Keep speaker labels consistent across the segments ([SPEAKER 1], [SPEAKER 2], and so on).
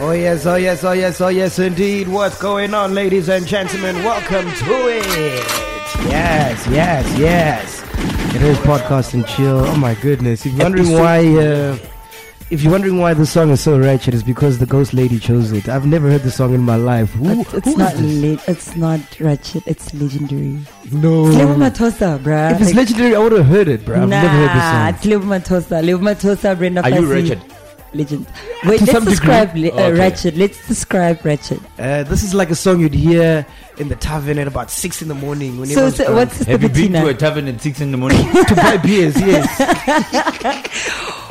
[SPEAKER 1] Oh yes, oh yes, oh yes, oh yes, indeed. What's going on, ladies and gentlemen? Welcome to it. Yes, yes, yes. It is podcast and chill. Oh my goodness! If you're wondering why, uh, if you're wondering why the song is so ratchet, it's because the ghost lady chose it. I've never heard the song in my life. Who,
[SPEAKER 2] It's,
[SPEAKER 1] who
[SPEAKER 2] it's
[SPEAKER 1] is
[SPEAKER 2] not
[SPEAKER 1] this?
[SPEAKER 2] le- it's not ratchet, it's legendary.
[SPEAKER 3] Oh.
[SPEAKER 1] No.
[SPEAKER 2] It's Lebo Matosa, bruh.
[SPEAKER 1] If it's
[SPEAKER 2] Like,
[SPEAKER 1] legendary, I would have heard it, bro. I've
[SPEAKER 2] nah,
[SPEAKER 1] never heard this song.
[SPEAKER 2] it's Lebo Matosa. Lebo Matosa, Brenda
[SPEAKER 3] Are you
[SPEAKER 2] Fassie,
[SPEAKER 3] ratchet?
[SPEAKER 2] Legend. Wait,
[SPEAKER 1] To some
[SPEAKER 2] let's
[SPEAKER 1] degree.
[SPEAKER 2] describe le- uh,
[SPEAKER 3] Okay.
[SPEAKER 2] ratchet. Let's describe ratchet.
[SPEAKER 1] Uh, this is like a song you'd hear in the tavern at about six in the morning when
[SPEAKER 2] So,
[SPEAKER 1] everyone's
[SPEAKER 2] so
[SPEAKER 1] drunk.
[SPEAKER 2] what's this
[SPEAKER 3] Have you been to a
[SPEAKER 2] patina?
[SPEAKER 3] tavern at six in the morning?
[SPEAKER 1] to buy beers? Yes.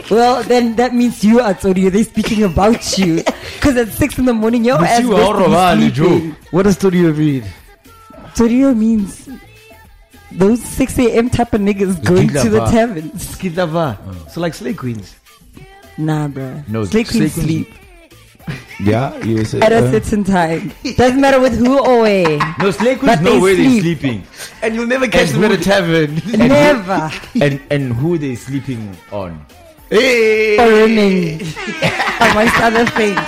[SPEAKER 2] Well, then that means you are Tsodio. They're speaking about you. Because at 6 in the morning, your
[SPEAKER 3] But
[SPEAKER 2] ass
[SPEAKER 3] you
[SPEAKER 2] goes
[SPEAKER 3] are a
[SPEAKER 2] to be
[SPEAKER 3] man, Joe.
[SPEAKER 2] sleeping.
[SPEAKER 1] what does studio read?
[SPEAKER 2] Tsodio means those 6 a.m. type of niggas going to the
[SPEAKER 3] Zigzag.
[SPEAKER 2] taverns.
[SPEAKER 1] Skidava. So like slay queens.
[SPEAKER 2] Nah, bruh.
[SPEAKER 3] No,
[SPEAKER 2] Slay queen
[SPEAKER 3] Slay Queen-
[SPEAKER 2] sleep.
[SPEAKER 3] yeah, you say.
[SPEAKER 2] at a
[SPEAKER 1] Uh-huh.
[SPEAKER 2] certain time. Doesn't matter with who or where.
[SPEAKER 3] no, Slake
[SPEAKER 2] But
[SPEAKER 3] was no
[SPEAKER 2] they
[SPEAKER 3] way they're
[SPEAKER 2] sleep.
[SPEAKER 3] sleeping.
[SPEAKER 1] And you'll never catch
[SPEAKER 3] And
[SPEAKER 1] them at a
[SPEAKER 3] who d-
[SPEAKER 1] tavern.
[SPEAKER 2] Never.
[SPEAKER 3] And and who they sleeping on?
[SPEAKER 1] hey.
[SPEAKER 2] Or women. Amongst other things.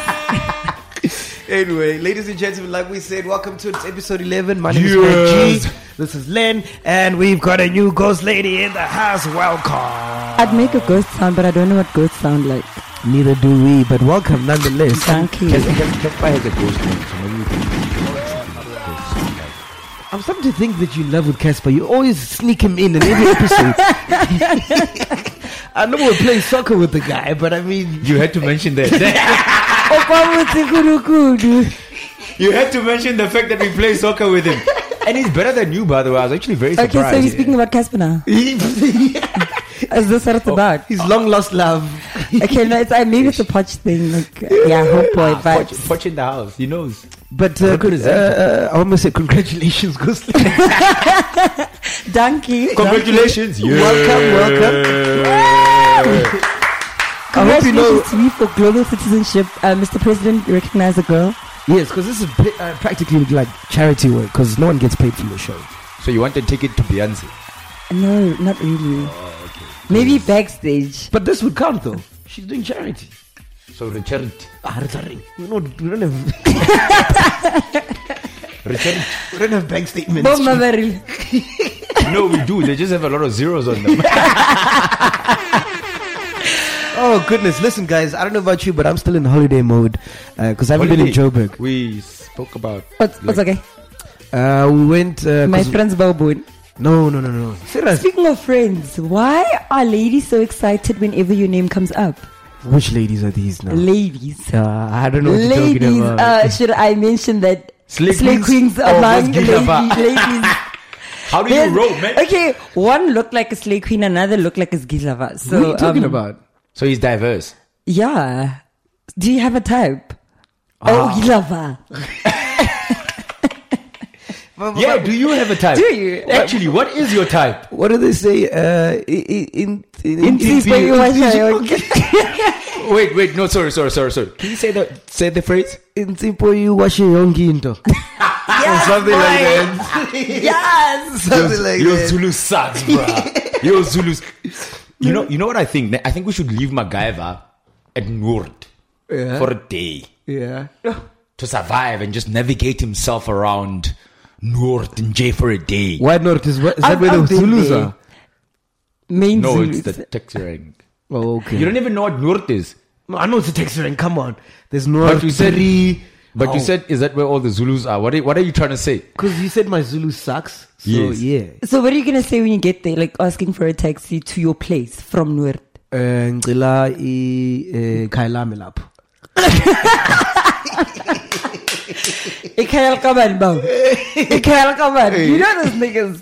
[SPEAKER 1] Anyway, ladies and gentlemen, like we said, welcome to it's episode 11. My name is
[SPEAKER 3] Yes.
[SPEAKER 1] Matt G. This is Len, and we've got a new ghost lady in the house. Welcome.
[SPEAKER 2] I'd make a ghost sound, but I don't know what ghosts sound like.
[SPEAKER 1] Neither do we, but welcome nonetheless.
[SPEAKER 2] Thank
[SPEAKER 3] Cas-
[SPEAKER 2] you.
[SPEAKER 3] Cas- Caspar has a ghost name, so maybe we can.
[SPEAKER 1] I'm starting to think that you in love with Casper. You always sneak him in in every episode. I know we're playing soccer with the guy, but I mean,
[SPEAKER 3] You had to mention that. you had to mention the fact that we play soccer with him. And he's better than you, by the way. I was actually very
[SPEAKER 2] Okay, so
[SPEAKER 3] surprised.
[SPEAKER 2] you're speaking about Casper now. Is this
[SPEAKER 1] Oh.
[SPEAKER 2] what it's about?
[SPEAKER 1] his long lost love.
[SPEAKER 2] Okay, no, it's, uh, maybe it's a potch thing. Like, uh, yeah, hot boy
[SPEAKER 3] Ah, Poch,
[SPEAKER 2] vibes.
[SPEAKER 3] Poch in the house. He knows.
[SPEAKER 1] But uh,
[SPEAKER 3] good is that?
[SPEAKER 1] uh, uh, I almost said congratulations, Ghost Lady.
[SPEAKER 2] Donkey.
[SPEAKER 3] Congratulations. Yeah.
[SPEAKER 1] Welcome,
[SPEAKER 3] welcome.
[SPEAKER 1] I hope you know-
[SPEAKER 2] Congratulations to me for global citizenship. Uh, Mr. President, you recognize a girl.
[SPEAKER 1] yes, because this is pla- uh, practically like charity work because no one gets paid for the show.
[SPEAKER 3] So you want to take it to Beyonce?
[SPEAKER 2] No, not really.
[SPEAKER 1] Ah,
[SPEAKER 2] Maybe backstage.
[SPEAKER 1] But this would count though. She's doing charity.
[SPEAKER 3] So the charity.
[SPEAKER 1] Ah, it's a ring. We don't, we don't have
[SPEAKER 3] Return.
[SPEAKER 1] we don't have bank statements.
[SPEAKER 2] Bo Maveril.
[SPEAKER 3] No, we do. They just have a lot of zeros on them.
[SPEAKER 1] Oh goodness! Listen, guys, I don't know about you, but I'm still in holiday mode because I haven't been in
[SPEAKER 3] Holiday.
[SPEAKER 1] Joburg.
[SPEAKER 3] We spoke about.
[SPEAKER 2] What's, what's okay?
[SPEAKER 1] Uh, we went. Uh,
[SPEAKER 2] My
[SPEAKER 1] 'cause-
[SPEAKER 2] friend's Balboon.
[SPEAKER 1] no, no, no, no. Serious.
[SPEAKER 2] Speaking of friends, why are ladies so excited whenever your name comes up?
[SPEAKER 1] Which ladies are these now?
[SPEAKER 2] Ladies.
[SPEAKER 1] Uh, Oh. I don't know what you're
[SPEAKER 2] Ladies,
[SPEAKER 1] talking about.
[SPEAKER 2] uh, should I mention that
[SPEAKER 3] Slay
[SPEAKER 2] slay
[SPEAKER 3] queens
[SPEAKER 2] queens
[SPEAKER 3] or
[SPEAKER 2] among
[SPEAKER 3] Masjid
[SPEAKER 2] lady-
[SPEAKER 3] Jabba?
[SPEAKER 2] ladies?
[SPEAKER 3] How do
[SPEAKER 2] There's-
[SPEAKER 3] you roll, man?
[SPEAKER 2] Okay, one looked like a slay queen, another looked like a skilava. So,
[SPEAKER 1] what are you talking
[SPEAKER 2] um,
[SPEAKER 1] about?
[SPEAKER 3] So he's diverse.
[SPEAKER 2] Yeah. Do you have a type?
[SPEAKER 1] Ah.
[SPEAKER 2] Oh, Gilava.
[SPEAKER 3] Yeah. Do you have a type?
[SPEAKER 2] Do you?
[SPEAKER 3] Actually, what is your type?
[SPEAKER 1] What do they say? Uh, in in in,
[SPEAKER 2] In peace, baby, why should I-
[SPEAKER 3] Wait, wait. No, sorry, sorry, sorry, sorry. Can you say the say the phrase?
[SPEAKER 1] in simple you wash your own into
[SPEAKER 2] Yes,
[SPEAKER 1] something
[SPEAKER 2] boy.
[SPEAKER 1] like that.
[SPEAKER 2] Yes.
[SPEAKER 1] Something like
[SPEAKER 3] Yo,
[SPEAKER 1] that.
[SPEAKER 3] Zulu sucks, bruh. Yo, Zulu. s- You know, you know what I think? I think we should leave MacGyver at Noord
[SPEAKER 1] Yeah.
[SPEAKER 3] for a day
[SPEAKER 1] Yeah.
[SPEAKER 3] to survive and just navigate himself around Noord and Jay for a day.
[SPEAKER 1] Why not? Is, what, is that
[SPEAKER 2] I've-
[SPEAKER 1] where the
[SPEAKER 2] I've been
[SPEAKER 1] Zulus
[SPEAKER 2] there.
[SPEAKER 1] are?
[SPEAKER 2] Main
[SPEAKER 3] No,
[SPEAKER 2] Zulus.
[SPEAKER 3] it's the Texering.
[SPEAKER 1] Oh, okay.
[SPEAKER 3] You don't even know what Noord is.
[SPEAKER 1] No, I know it's a Texan. Come on. There's
[SPEAKER 3] But
[SPEAKER 1] North
[SPEAKER 3] you said-
[SPEAKER 1] Surrey.
[SPEAKER 3] But you said, is that where all the Zulus are? What are, what are you trying to say?
[SPEAKER 1] Because you said my Zulu sucks. So
[SPEAKER 3] Yes.
[SPEAKER 1] yeah.
[SPEAKER 2] So what are you gonna say when you get there? Like asking for a taxi to your place from Nuert?
[SPEAKER 1] Eh, Ngicela i eh, ikhaya lami lapho.
[SPEAKER 2] Ekhaya likabani baba? Ekhaya likabani? You know those niggas.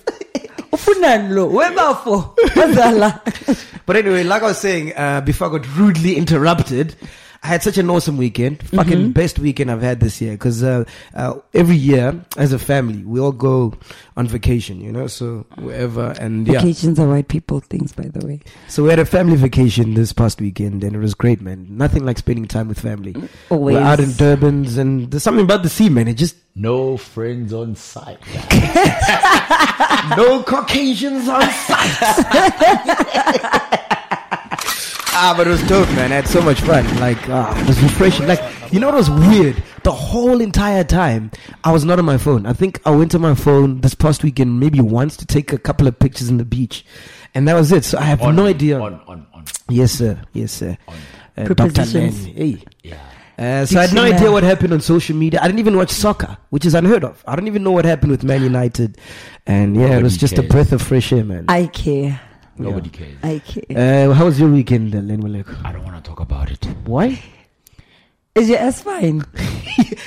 [SPEAKER 2] Ufunani lo? Webafo? Wazala?
[SPEAKER 1] But anyway, like I was saying, uh, before I got rudely interrupted, I had such an awesome weekend. Fucking best weekend I've had this year. Because uh, uh, every year, as a family, we all go on vacation, you know? So wherever. And yeah.
[SPEAKER 2] Vacations are white people things, by the way.
[SPEAKER 1] So we had a family vacation this past weekend, and it was great, man. Nothing like spending time with family.
[SPEAKER 2] Always.
[SPEAKER 1] We're out in Durbans, and there's something about the sea, man. It just
[SPEAKER 3] No friends on site.
[SPEAKER 1] no Caucasians on site. ah, but it was dope, man. I had so much fun. Like, ah, it was refreshing. Like, you know what was weird? The whole entire time, I was not on my phone. I think I went to my phone this past weekend maybe once to take a couple of pictures in the beach, and that was it. So I have no idea.
[SPEAKER 3] On, on, on.
[SPEAKER 1] Yes, sir. Yes, sir. Uh, Dr.
[SPEAKER 2] Prepositions.
[SPEAKER 1] Len. Hey. Uh, so I had no
[SPEAKER 2] Dictionary.
[SPEAKER 1] idea what happened on social media. I didn't even watch soccer, which is unheard of. I don't even know what happened with Man United, and yeah, it was
[SPEAKER 3] Nobody
[SPEAKER 1] just a
[SPEAKER 3] cares.
[SPEAKER 1] breath of fresh air, man.
[SPEAKER 2] I care.
[SPEAKER 3] Nobody cares.
[SPEAKER 2] I care.
[SPEAKER 1] Uh, how was your weekend, uh, Len Maleko?
[SPEAKER 3] I don't want to talk about it.
[SPEAKER 1] Why?
[SPEAKER 2] Is your ass fine?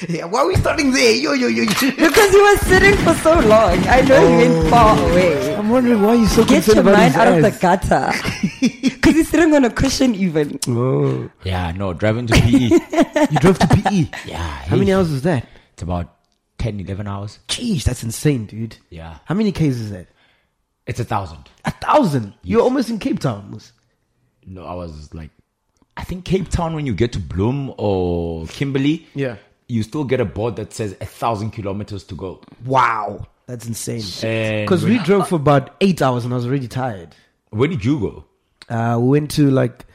[SPEAKER 1] yeah, why are we starting there? Yo, yo, yo.
[SPEAKER 2] Because you were sitting for so long. I know you went far away.
[SPEAKER 1] I'm wondering why you're so
[SPEAKER 2] Get
[SPEAKER 1] concerned
[SPEAKER 2] your
[SPEAKER 1] about
[SPEAKER 2] mind
[SPEAKER 1] his
[SPEAKER 2] out of the
[SPEAKER 1] ass.
[SPEAKER 2] gutter. Because you're sitting on a cushion, even.
[SPEAKER 1] Oh,
[SPEAKER 3] Yeah, no, driving to PE.
[SPEAKER 1] you drove to PE.
[SPEAKER 3] yeah.
[SPEAKER 1] How many hours was that?
[SPEAKER 3] It's about 10, 11 hours.
[SPEAKER 1] Jeez, that's insane, dude.
[SPEAKER 3] Yeah.
[SPEAKER 1] How many Ks is that?
[SPEAKER 3] It's a thousand.
[SPEAKER 1] A thousand. You're almost in Cape Town. almost.
[SPEAKER 3] No, I was like, I think Cape Town, when you get to Bloom or Kimberley,
[SPEAKER 1] Yeah.
[SPEAKER 3] you still get a board that says a thousand kilometers to go.
[SPEAKER 1] Wow. That's insane.
[SPEAKER 3] And
[SPEAKER 1] Because we drove for about eight hours and I was already tired.
[SPEAKER 3] Where did you go?
[SPEAKER 1] Uh, we went to like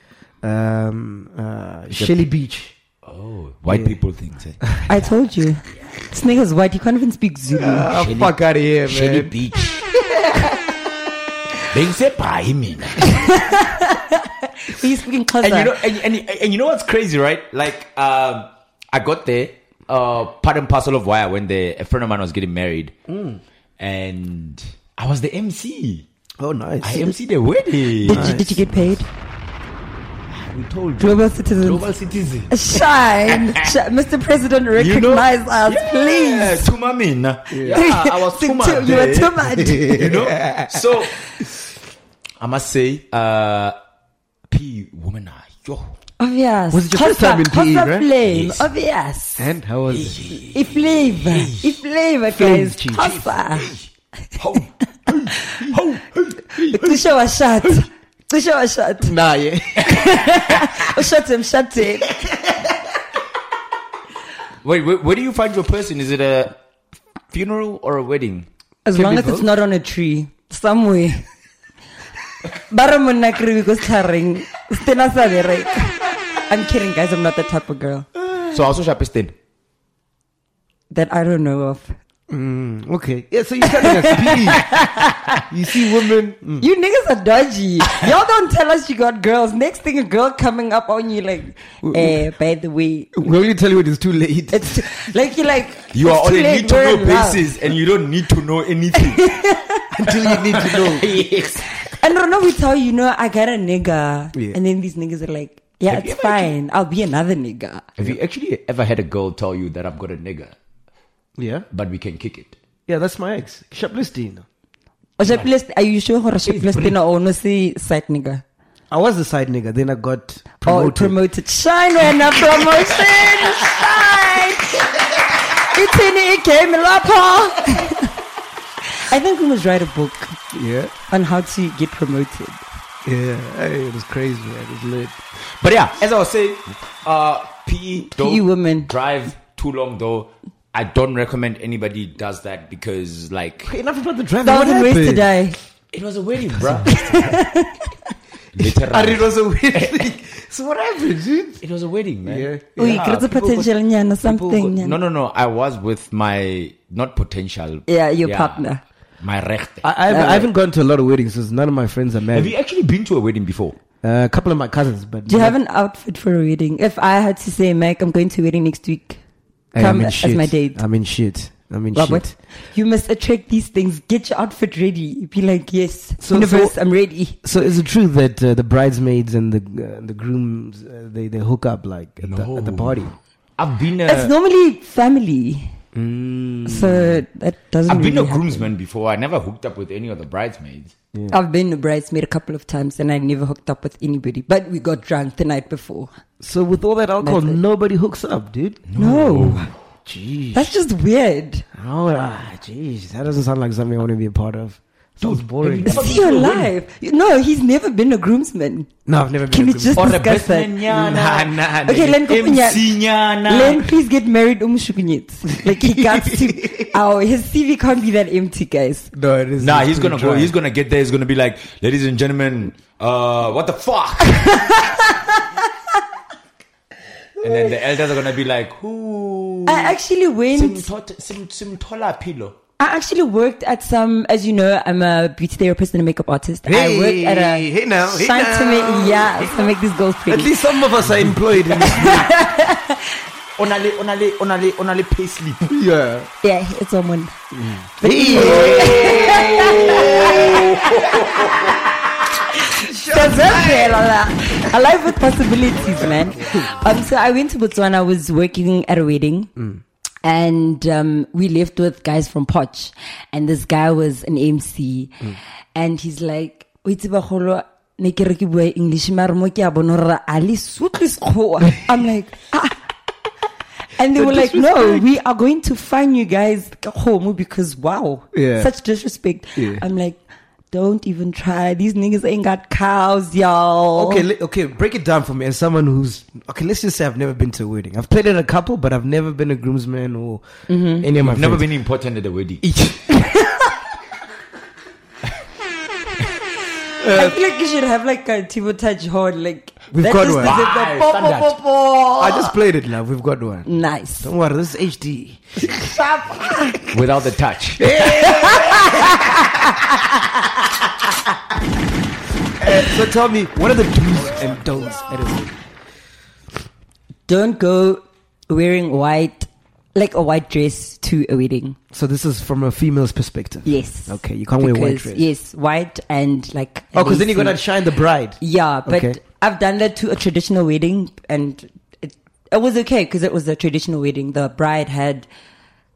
[SPEAKER 1] um, uh, Shelly Beach.
[SPEAKER 3] Oh, white people things. Eh?
[SPEAKER 2] I told you. This nigga's white. He can't even speak Zulu.
[SPEAKER 1] Ah, fuck out of here,
[SPEAKER 3] Shady Beach. They say by me.
[SPEAKER 2] He's speaking Xhosa.
[SPEAKER 3] And you know, and, and, and you know what's crazy, right? Like, um, I got there. Uh, part and parcel of why I went there. A friend of mine was getting married, and I was the MC.
[SPEAKER 1] Oh, nice.
[SPEAKER 3] I MC the wedding.
[SPEAKER 2] did, you, did you get paid?
[SPEAKER 3] We told you.
[SPEAKER 2] Global citizens.
[SPEAKER 3] Global citizen.
[SPEAKER 2] Shine. Shi- Mr. President, recognize us,
[SPEAKER 3] Yeah,
[SPEAKER 2] please.
[SPEAKER 3] Tuma Mina. Yeah. I was
[SPEAKER 2] Think
[SPEAKER 3] Tuma.
[SPEAKER 2] too- you were
[SPEAKER 3] there,
[SPEAKER 2] too much.
[SPEAKER 3] You know? So, I must say, uh, P, woman, ah, yo.
[SPEAKER 2] Obvious.
[SPEAKER 1] Was it your first
[SPEAKER 2] Xhosa-
[SPEAKER 1] time in PE,
[SPEAKER 2] Xhosa
[SPEAKER 1] right?
[SPEAKER 2] flame.
[SPEAKER 3] E, Yes.
[SPEAKER 2] Obvious.
[SPEAKER 1] and how was it?
[SPEAKER 2] If flavor. If flavor, guys.
[SPEAKER 1] Chief.
[SPEAKER 2] Xhosa.
[SPEAKER 3] Ho, hey, ho, hey, hey.
[SPEAKER 2] Cishe washat. Cishe washat.
[SPEAKER 1] Nah, yeah.
[SPEAKER 2] Ushathe mshathe.
[SPEAKER 3] Wait, where, where do you find your person? Is it a funeral or a wedding?
[SPEAKER 2] As long as it's not on a tree. Somewhere. Bara monna kere we go starring. Stena sa bereka. I'm kidding, guys. I'm not that type of girl
[SPEAKER 3] So, also Shapistin.
[SPEAKER 2] that I don't know of.
[SPEAKER 1] Okay. Yeah, so you're telling us PE. You see women. Mm.
[SPEAKER 2] You niggas are dodgy. Y'all don't tell us you got girls. Next thing, a girl coming up on you like, eh, by the way,
[SPEAKER 1] We only tell you it is too late.
[SPEAKER 2] it's too, like you like
[SPEAKER 3] You
[SPEAKER 2] it's
[SPEAKER 3] are on
[SPEAKER 2] too
[SPEAKER 3] a
[SPEAKER 2] late,
[SPEAKER 3] need to
[SPEAKER 2] we're
[SPEAKER 3] know
[SPEAKER 2] in love.
[SPEAKER 3] basis and you don't need to know anything.
[SPEAKER 1] Until you need to know.
[SPEAKER 3] yes.
[SPEAKER 2] And Rono, we tell you, you know, I got a nigga,
[SPEAKER 1] Yeah.
[SPEAKER 2] and then these niggas are like, yeah, it's fine. I'll be another nigga.
[SPEAKER 3] Have you actually ever had a girl tell you that I've got a nigga,
[SPEAKER 1] Yeah.
[SPEAKER 3] but we can kick it?
[SPEAKER 1] Yeah, that's my ex. Shaplistine.
[SPEAKER 2] Or she blessed- Are you sure? Or she blessed in or no see side nigga?
[SPEAKER 1] I was the side nigga, then I got
[SPEAKER 2] Or
[SPEAKER 1] promoted.
[SPEAKER 2] promoted. Shine when a promotion. Shine. It's in it came I think we must write a book
[SPEAKER 1] yeah.
[SPEAKER 2] on how to get promoted.
[SPEAKER 1] Yeah. Hey, it was crazy, man. It was lit.
[SPEAKER 3] But yeah, as I was saying, uh, PE, don't
[SPEAKER 2] PE women.
[SPEAKER 3] drive too long though. I don't recommend anybody does that because like
[SPEAKER 1] Enough about the driving. What
[SPEAKER 2] Thousand ways to
[SPEAKER 1] happened?
[SPEAKER 2] die.
[SPEAKER 3] it was a wedding, bro. Literally,
[SPEAKER 1] And it was a weird thing. So what happened, dude?
[SPEAKER 3] it was a wedding, man.
[SPEAKER 1] Yeah.
[SPEAKER 2] Yeah, we create a
[SPEAKER 3] Ah, people
[SPEAKER 2] potential nyana
[SPEAKER 3] People
[SPEAKER 2] something.
[SPEAKER 3] go-
[SPEAKER 2] nyana.
[SPEAKER 3] no, no, no. I was with my not potential.
[SPEAKER 2] Yeah, your partner. Uh,
[SPEAKER 3] My rechte.
[SPEAKER 1] I, I, haven't, I haven't gone to a lot of weddings since none of my friends are
[SPEAKER 3] Have
[SPEAKER 1] married.
[SPEAKER 3] you actually been to a wedding before?
[SPEAKER 1] Uh, a couple of my cousins, but
[SPEAKER 2] Do you
[SPEAKER 1] not-
[SPEAKER 2] have an outfit for a wedding? If I had to say, Mike, I'm going to a wedding next week,
[SPEAKER 1] Hey,
[SPEAKER 2] Come
[SPEAKER 1] I'm in
[SPEAKER 2] as
[SPEAKER 1] shit.
[SPEAKER 2] my date.
[SPEAKER 1] I'm in shit. I'm in
[SPEAKER 2] Robert,
[SPEAKER 1] Oh, shit.
[SPEAKER 2] you must attract these things. Get your outfit ready. Be like, yes,
[SPEAKER 1] So-
[SPEAKER 2] universe,
[SPEAKER 1] so-
[SPEAKER 2] I'm ready.
[SPEAKER 1] So is it true that uh, the bridesmaids and the uh, the grooms uh, they they hook up like at, the, at the
[SPEAKER 3] No.
[SPEAKER 1] party?
[SPEAKER 3] I've been a,
[SPEAKER 2] it's normally family, so that doesn't.
[SPEAKER 3] I've been
[SPEAKER 2] really
[SPEAKER 3] a groomsman before. I never hooked up with any of the bridesmaids.
[SPEAKER 2] happen. I've been a bridesmaid a couple of times, and I never hooked up with anybody. But we got drunk the night before.
[SPEAKER 1] So with all that alcohol,
[SPEAKER 2] That's it.
[SPEAKER 1] nobody hooks up, dude.
[SPEAKER 2] No,
[SPEAKER 1] Oh. Jeez.
[SPEAKER 2] that's just weird.
[SPEAKER 1] Oh, ah, jeez, that doesn't sound like something I want to be a part of. Sounds boring.
[SPEAKER 2] It's your life. You- No, he's never been a groomsman.
[SPEAKER 1] No, I've never been.
[SPEAKER 2] Can
[SPEAKER 1] a
[SPEAKER 2] we
[SPEAKER 1] groom.
[SPEAKER 2] just
[SPEAKER 3] Or a
[SPEAKER 2] discuss that?
[SPEAKER 3] best man, yeah, nah, nah,
[SPEAKER 2] okay,
[SPEAKER 3] nah.
[SPEAKER 2] Len Kopunya-
[SPEAKER 3] MC, yeah, nah.
[SPEAKER 2] Len, please get married, umshukunyet. Like he got to. Oh, his CV can't be that empty, guys.
[SPEAKER 1] No, it is.
[SPEAKER 3] Nah,
[SPEAKER 1] it's
[SPEAKER 3] he's
[SPEAKER 1] too
[SPEAKER 3] gonna go.
[SPEAKER 1] dry.
[SPEAKER 3] He's gonna get there. He's gonna be like, ladies and gentlemen, uh, what the fuck? and then the elders are gonna be like, who?
[SPEAKER 2] I
[SPEAKER 1] Mm.
[SPEAKER 2] actually went.
[SPEAKER 3] Simtola pillow.
[SPEAKER 2] I actually worked at some, as you know, I'm a beauty therapist and a makeup artist. I worked at a
[SPEAKER 1] Hey, hey now, hey
[SPEAKER 2] Shine to make
[SPEAKER 1] now.
[SPEAKER 2] yeah to make these girls pretty.
[SPEAKER 1] At least some of us are employed. In this
[SPEAKER 3] Onale, onale, onale, onale pay sleep.
[SPEAKER 1] year.
[SPEAKER 2] yeah, it's someone. That's okay, Lola. A life with possibilities, man. Um, so I went to Botswana. I was working at a wedding.
[SPEAKER 1] Mm.
[SPEAKER 2] And um, we left with guys from Poch, and this guy was an MC,
[SPEAKER 1] Mm.
[SPEAKER 2] and he's like, "Wait, bagolo, ne ke re ke bua English, mara mo ke a bona hore ha le sutlwe Sekgowa." I'm like, ah. and they were like, "No, we are going to find you guys home because wow,
[SPEAKER 1] Yeah.
[SPEAKER 2] such disrespect."
[SPEAKER 1] Yeah.
[SPEAKER 2] I'm like, "Don't even try. These niggas ain't got cows, y'all."
[SPEAKER 1] Okay, le- okay, break it down for me as someone who's okay. Let's just say I've never been to a wedding. I've played in a couple, but I've never been a groomsman or
[SPEAKER 2] Mm-hmm.
[SPEAKER 1] any of my
[SPEAKER 3] Never
[SPEAKER 1] friends.
[SPEAKER 3] been important at the wedding.
[SPEAKER 2] I feel like you should have like a Tivo Touch horn, like
[SPEAKER 1] We've
[SPEAKER 2] that
[SPEAKER 1] got
[SPEAKER 2] is
[SPEAKER 1] one.
[SPEAKER 2] the- the- the
[SPEAKER 3] Bye,
[SPEAKER 2] pop,
[SPEAKER 3] standard.
[SPEAKER 2] pop, pop, pop.
[SPEAKER 1] I just played it, love. We've got one.
[SPEAKER 2] nice.
[SPEAKER 1] Don't worry, this is HD.
[SPEAKER 3] Without the touch.
[SPEAKER 1] So tell me, what are the do's and don'ts at a wedding?
[SPEAKER 2] Don't go wearing white, like a white dress to a wedding.
[SPEAKER 1] So this is from a female's perspective.
[SPEAKER 2] Yes.
[SPEAKER 1] Okay, you can't wear white
[SPEAKER 2] Because-
[SPEAKER 1] dress.
[SPEAKER 2] Yes, white and like.
[SPEAKER 1] Oh, because then you're gonna
[SPEAKER 2] lacy.
[SPEAKER 1] shine the bride.
[SPEAKER 2] Yeah, but
[SPEAKER 1] Okay.
[SPEAKER 2] I've done that to a traditional wedding, and it, it was okay because it was a traditional wedding. The bride had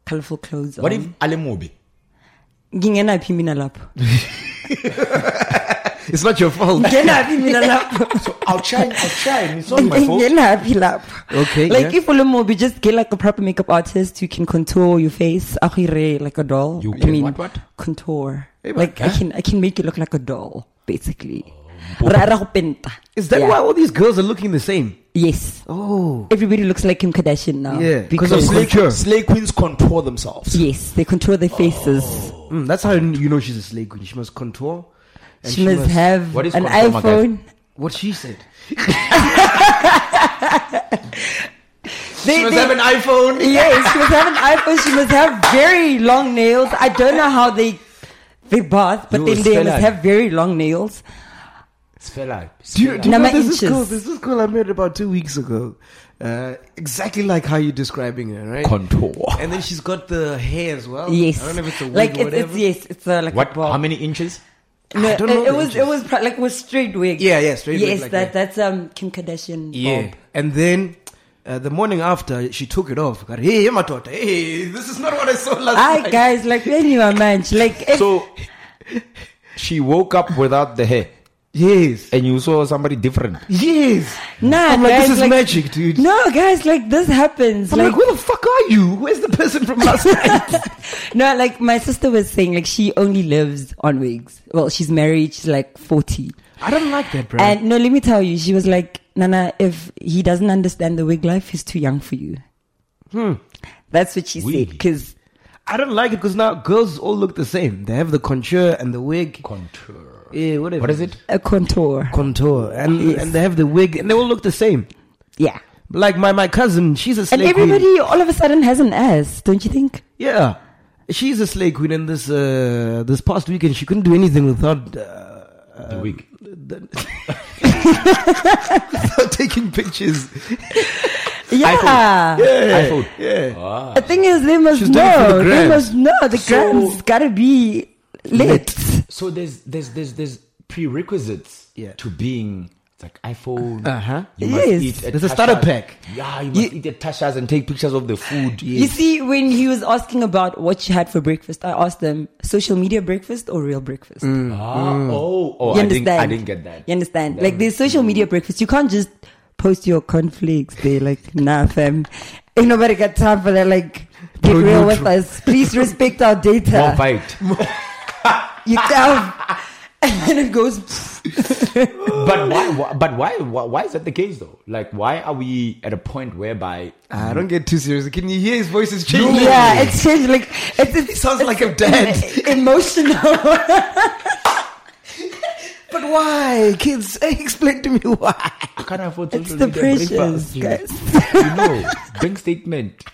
[SPEAKER 2] colorful clothes.
[SPEAKER 3] What if
[SPEAKER 2] on.
[SPEAKER 3] Alemobi?
[SPEAKER 2] Ngingenaphi mina lapho.
[SPEAKER 1] It's not your fault.
[SPEAKER 2] Ngingenaphi mina lapho.
[SPEAKER 3] I'll try. I'll try. It's not my fault.
[SPEAKER 2] Ngingenaphi lapho.
[SPEAKER 1] Okay,
[SPEAKER 2] Like
[SPEAKER 1] yeah.
[SPEAKER 2] if you're mobi, just get like a proper makeup artist who can contour your face. Ahire like a doll.
[SPEAKER 3] You
[SPEAKER 2] I
[SPEAKER 3] can
[SPEAKER 2] mean,
[SPEAKER 3] what, what?
[SPEAKER 2] Contour.
[SPEAKER 1] Hey, but-
[SPEAKER 2] like I can I can make you look like a doll, basically. Ra- ra go penta.
[SPEAKER 1] Is that
[SPEAKER 2] Yeah.
[SPEAKER 1] why all these girls are looking the same?
[SPEAKER 2] Yes.
[SPEAKER 1] Oh,
[SPEAKER 2] Everybody looks like Kim Kardashian now.
[SPEAKER 1] Yeah, 'cause
[SPEAKER 2] Because
[SPEAKER 1] of
[SPEAKER 3] Slay,
[SPEAKER 1] Control.
[SPEAKER 3] slay queens control themselves.
[SPEAKER 2] yes, they control their faces.
[SPEAKER 1] Mm, that's how you know she's a slave queen. She must contour. and
[SPEAKER 2] she, must, have
[SPEAKER 3] What is
[SPEAKER 2] an
[SPEAKER 3] control, my guy?
[SPEAKER 2] iPhone.
[SPEAKER 1] what she said.
[SPEAKER 2] They, they-
[SPEAKER 1] iPhone.
[SPEAKER 2] yes, she must have an iPhone. She must have very long nails. I don't know how they they bath, but
[SPEAKER 3] Yo,
[SPEAKER 2] then they
[SPEAKER 3] Stella.
[SPEAKER 2] must have very long nails.
[SPEAKER 3] Spell
[SPEAKER 1] Do you, do you know,
[SPEAKER 2] Number
[SPEAKER 1] this is
[SPEAKER 2] inches.
[SPEAKER 1] cool. This is cool. I met about two weeks ago. Uh, exactly like how you're describing her, right?
[SPEAKER 3] Contour.
[SPEAKER 1] And then she's got the hair as well.
[SPEAKER 2] Yes,
[SPEAKER 1] I don't know if it's a wig
[SPEAKER 2] like
[SPEAKER 1] or
[SPEAKER 2] it's, it's
[SPEAKER 1] whatever.
[SPEAKER 2] yes, it's a, like a
[SPEAKER 3] What?
[SPEAKER 2] bob.
[SPEAKER 3] How many inches?
[SPEAKER 2] No,
[SPEAKER 1] I don't
[SPEAKER 2] it,
[SPEAKER 1] know
[SPEAKER 2] it
[SPEAKER 1] the
[SPEAKER 2] was it
[SPEAKER 1] inches.
[SPEAKER 2] was pro- like was straight wig.
[SPEAKER 1] Yeah, yeah, straight wig
[SPEAKER 2] Yes,
[SPEAKER 1] like
[SPEAKER 2] that, that's um Kim Kardashian.
[SPEAKER 1] Yeah.
[SPEAKER 2] bob.
[SPEAKER 1] And then uh, the morning after, she took it off. Got, hey, my daughter. Hey, this is not what I saw last
[SPEAKER 2] I
[SPEAKER 1] night.
[SPEAKER 2] guys like when you are man, like if,
[SPEAKER 3] So she woke up without the hair,
[SPEAKER 1] Yes.
[SPEAKER 3] and you saw somebody different.
[SPEAKER 1] Yes.
[SPEAKER 2] nah,
[SPEAKER 1] I'm like,
[SPEAKER 2] guys,
[SPEAKER 1] this is magic, dude.
[SPEAKER 2] No, guys, like this happens.
[SPEAKER 1] I'm
[SPEAKER 2] like
[SPEAKER 1] like, who the fuck are you? Where's the person from last night?
[SPEAKER 2] No, like my sister was saying, like she only lives on wigs. Well, she's married. She's like forty.
[SPEAKER 1] I don't like that, bro.
[SPEAKER 2] And no, let me tell you, she was like, Nana, if he doesn't understand the wig life, he's too young for you. Hmm. That's what she said.
[SPEAKER 3] Really?
[SPEAKER 2] Because
[SPEAKER 1] I don't like it because now girls all look the same. They have the contour and the wig.
[SPEAKER 3] Contour.
[SPEAKER 1] Yeah, whatever.
[SPEAKER 3] What is it?
[SPEAKER 2] a contour.
[SPEAKER 1] Contour. And
[SPEAKER 2] Yes.
[SPEAKER 1] and they have the wig and they all look the same.
[SPEAKER 2] Yeah.
[SPEAKER 1] Like my, my cousin, she's a slay
[SPEAKER 2] And
[SPEAKER 1] queen.
[SPEAKER 2] everybody all of a sudden has an ass, don't you think?
[SPEAKER 1] Yeah. She's a slay queen and this uh, this past weekend she couldn't do anything without uh,
[SPEAKER 3] The wig.
[SPEAKER 1] without taking pictures.
[SPEAKER 2] yeah. Uh.
[SPEAKER 3] iPhone.
[SPEAKER 2] The thing is, they must
[SPEAKER 1] She's doing it for
[SPEAKER 2] know.
[SPEAKER 1] the
[SPEAKER 2] They
[SPEAKER 1] grams.
[SPEAKER 2] must know. The grams gotta be lit.
[SPEAKER 3] So there's there's there's there's prerequisites
[SPEAKER 1] Yeah.
[SPEAKER 3] to being it's like iPhone.
[SPEAKER 1] Uh-huh.
[SPEAKER 3] You must
[SPEAKER 2] Yes.
[SPEAKER 3] eat at
[SPEAKER 1] There's a starter
[SPEAKER 3] Tasha's.
[SPEAKER 1] pack. Mm.
[SPEAKER 3] Yeah, you must
[SPEAKER 2] You-
[SPEAKER 3] eat at Tasha's and take pictures of the food.
[SPEAKER 2] You see, when he was asking about what she had for breakfast, I asked them social media breakfast or real breakfast.
[SPEAKER 1] Mm.
[SPEAKER 3] Ah, oh, oh,
[SPEAKER 2] You
[SPEAKER 3] I didn't,
[SPEAKER 2] understand?
[SPEAKER 3] I didn't get that.
[SPEAKER 2] You understand? Like there's social media breakfast. You can't just post your cornflakes there. Like nah, fam. Ain't nobody got time for that. Like get
[SPEAKER 1] Bro,
[SPEAKER 2] real
[SPEAKER 1] you
[SPEAKER 2] with
[SPEAKER 1] tr-
[SPEAKER 2] us. Please respect our data.
[SPEAKER 3] One bite.
[SPEAKER 2] You come. And then it goes.
[SPEAKER 3] but why, why? But why, why? Why is that the case though? Like, why are we at a point whereby
[SPEAKER 1] I don't get too serious. Can you hear his voice is changing?
[SPEAKER 2] Yeah, it's changed. Like it's, it's
[SPEAKER 1] It sounds
[SPEAKER 2] it's
[SPEAKER 1] like I'm dead.
[SPEAKER 2] Emotional.
[SPEAKER 1] But why, kids? Explain to me why.
[SPEAKER 3] I can't afford
[SPEAKER 2] It's
[SPEAKER 3] social
[SPEAKER 2] the
[SPEAKER 3] media
[SPEAKER 2] pressures,
[SPEAKER 3] breakfast?
[SPEAKER 2] guys.
[SPEAKER 3] you know, bank statement.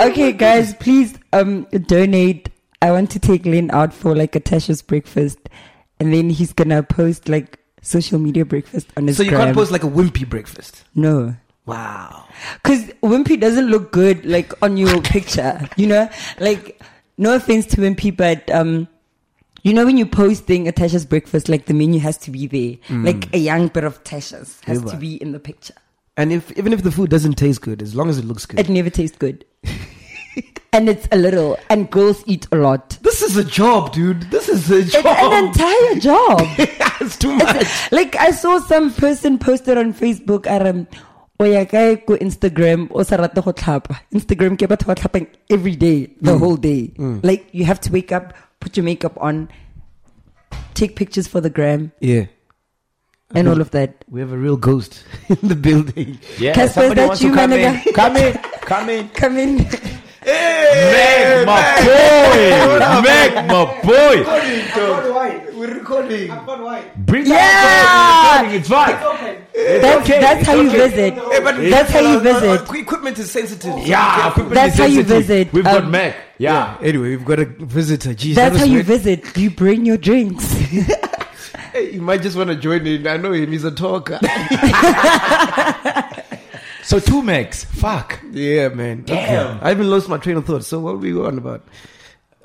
[SPEAKER 2] Okay, guys, please um donate. I want to take Lynn out for like a Tasha's breakfast, and then he's gonna post like social media breakfast on his.
[SPEAKER 1] So you can't
[SPEAKER 2] gram.
[SPEAKER 1] post like a wimpy breakfast.
[SPEAKER 2] No.
[SPEAKER 1] Wow.
[SPEAKER 2] Because Wimpy doesn't look good, like, on your picture, you know? Like, no offense to Wimpy, but, um, you know, when you're posting a Tasha's breakfast, like, the menu has to be there. Like, a young bit of Tasha's has
[SPEAKER 1] Yeah,
[SPEAKER 2] to
[SPEAKER 1] but-
[SPEAKER 2] be in the picture.
[SPEAKER 1] And if even if the food doesn't taste good, as long as it looks good.
[SPEAKER 2] It never tastes good. and it's a little, and girls eat a lot.
[SPEAKER 1] this is a job, dude. This is a
[SPEAKER 2] It's an
[SPEAKER 1] job.
[SPEAKER 2] entire job.
[SPEAKER 1] it's too much.
[SPEAKER 2] like, I saw some person posted on Facebook, um, Oya kae ko Instagram o sa rate go tlhapa. Instagram ke batho ba tlhapang every day, the whole day. Like you have to wake up, put your makeup on, take pictures for the gram
[SPEAKER 1] Yeah.
[SPEAKER 2] and all of that.
[SPEAKER 1] We have a real ghost in the building.
[SPEAKER 3] Yeah,
[SPEAKER 2] Casper,
[SPEAKER 3] somebody
[SPEAKER 2] that
[SPEAKER 3] wants
[SPEAKER 2] you,
[SPEAKER 3] to come in.
[SPEAKER 2] manager?
[SPEAKER 3] Come in, come in.
[SPEAKER 2] Come in.
[SPEAKER 3] Meg, my boy. Meg, my boy.
[SPEAKER 1] We're recording.
[SPEAKER 3] Bring
[SPEAKER 2] Yeah.
[SPEAKER 3] that. Yeah, it's fine.
[SPEAKER 2] That's,
[SPEAKER 3] okay,
[SPEAKER 2] that's how
[SPEAKER 3] it's
[SPEAKER 2] you
[SPEAKER 3] okay.
[SPEAKER 2] visit.
[SPEAKER 1] but
[SPEAKER 2] That's how you visit.
[SPEAKER 1] Equipment is sensitive.
[SPEAKER 3] Yeah, equipment
[SPEAKER 2] That's
[SPEAKER 3] is
[SPEAKER 2] how you
[SPEAKER 3] sensitive.
[SPEAKER 2] visit,
[SPEAKER 3] We've got
[SPEAKER 2] um,
[SPEAKER 3] Meg. Yeah.
[SPEAKER 1] Anyway, we've got a visitor. Jeez, that
[SPEAKER 2] That's
[SPEAKER 1] was
[SPEAKER 2] how you
[SPEAKER 1] weird.
[SPEAKER 2] visit. You bring your drinks.
[SPEAKER 1] Hey, you might just want to join in. I know him. He's a talker.
[SPEAKER 3] So two Megs. Fuck.
[SPEAKER 1] yeah, man.
[SPEAKER 3] Damn.
[SPEAKER 1] I even lost my train of thought. So what were we on about?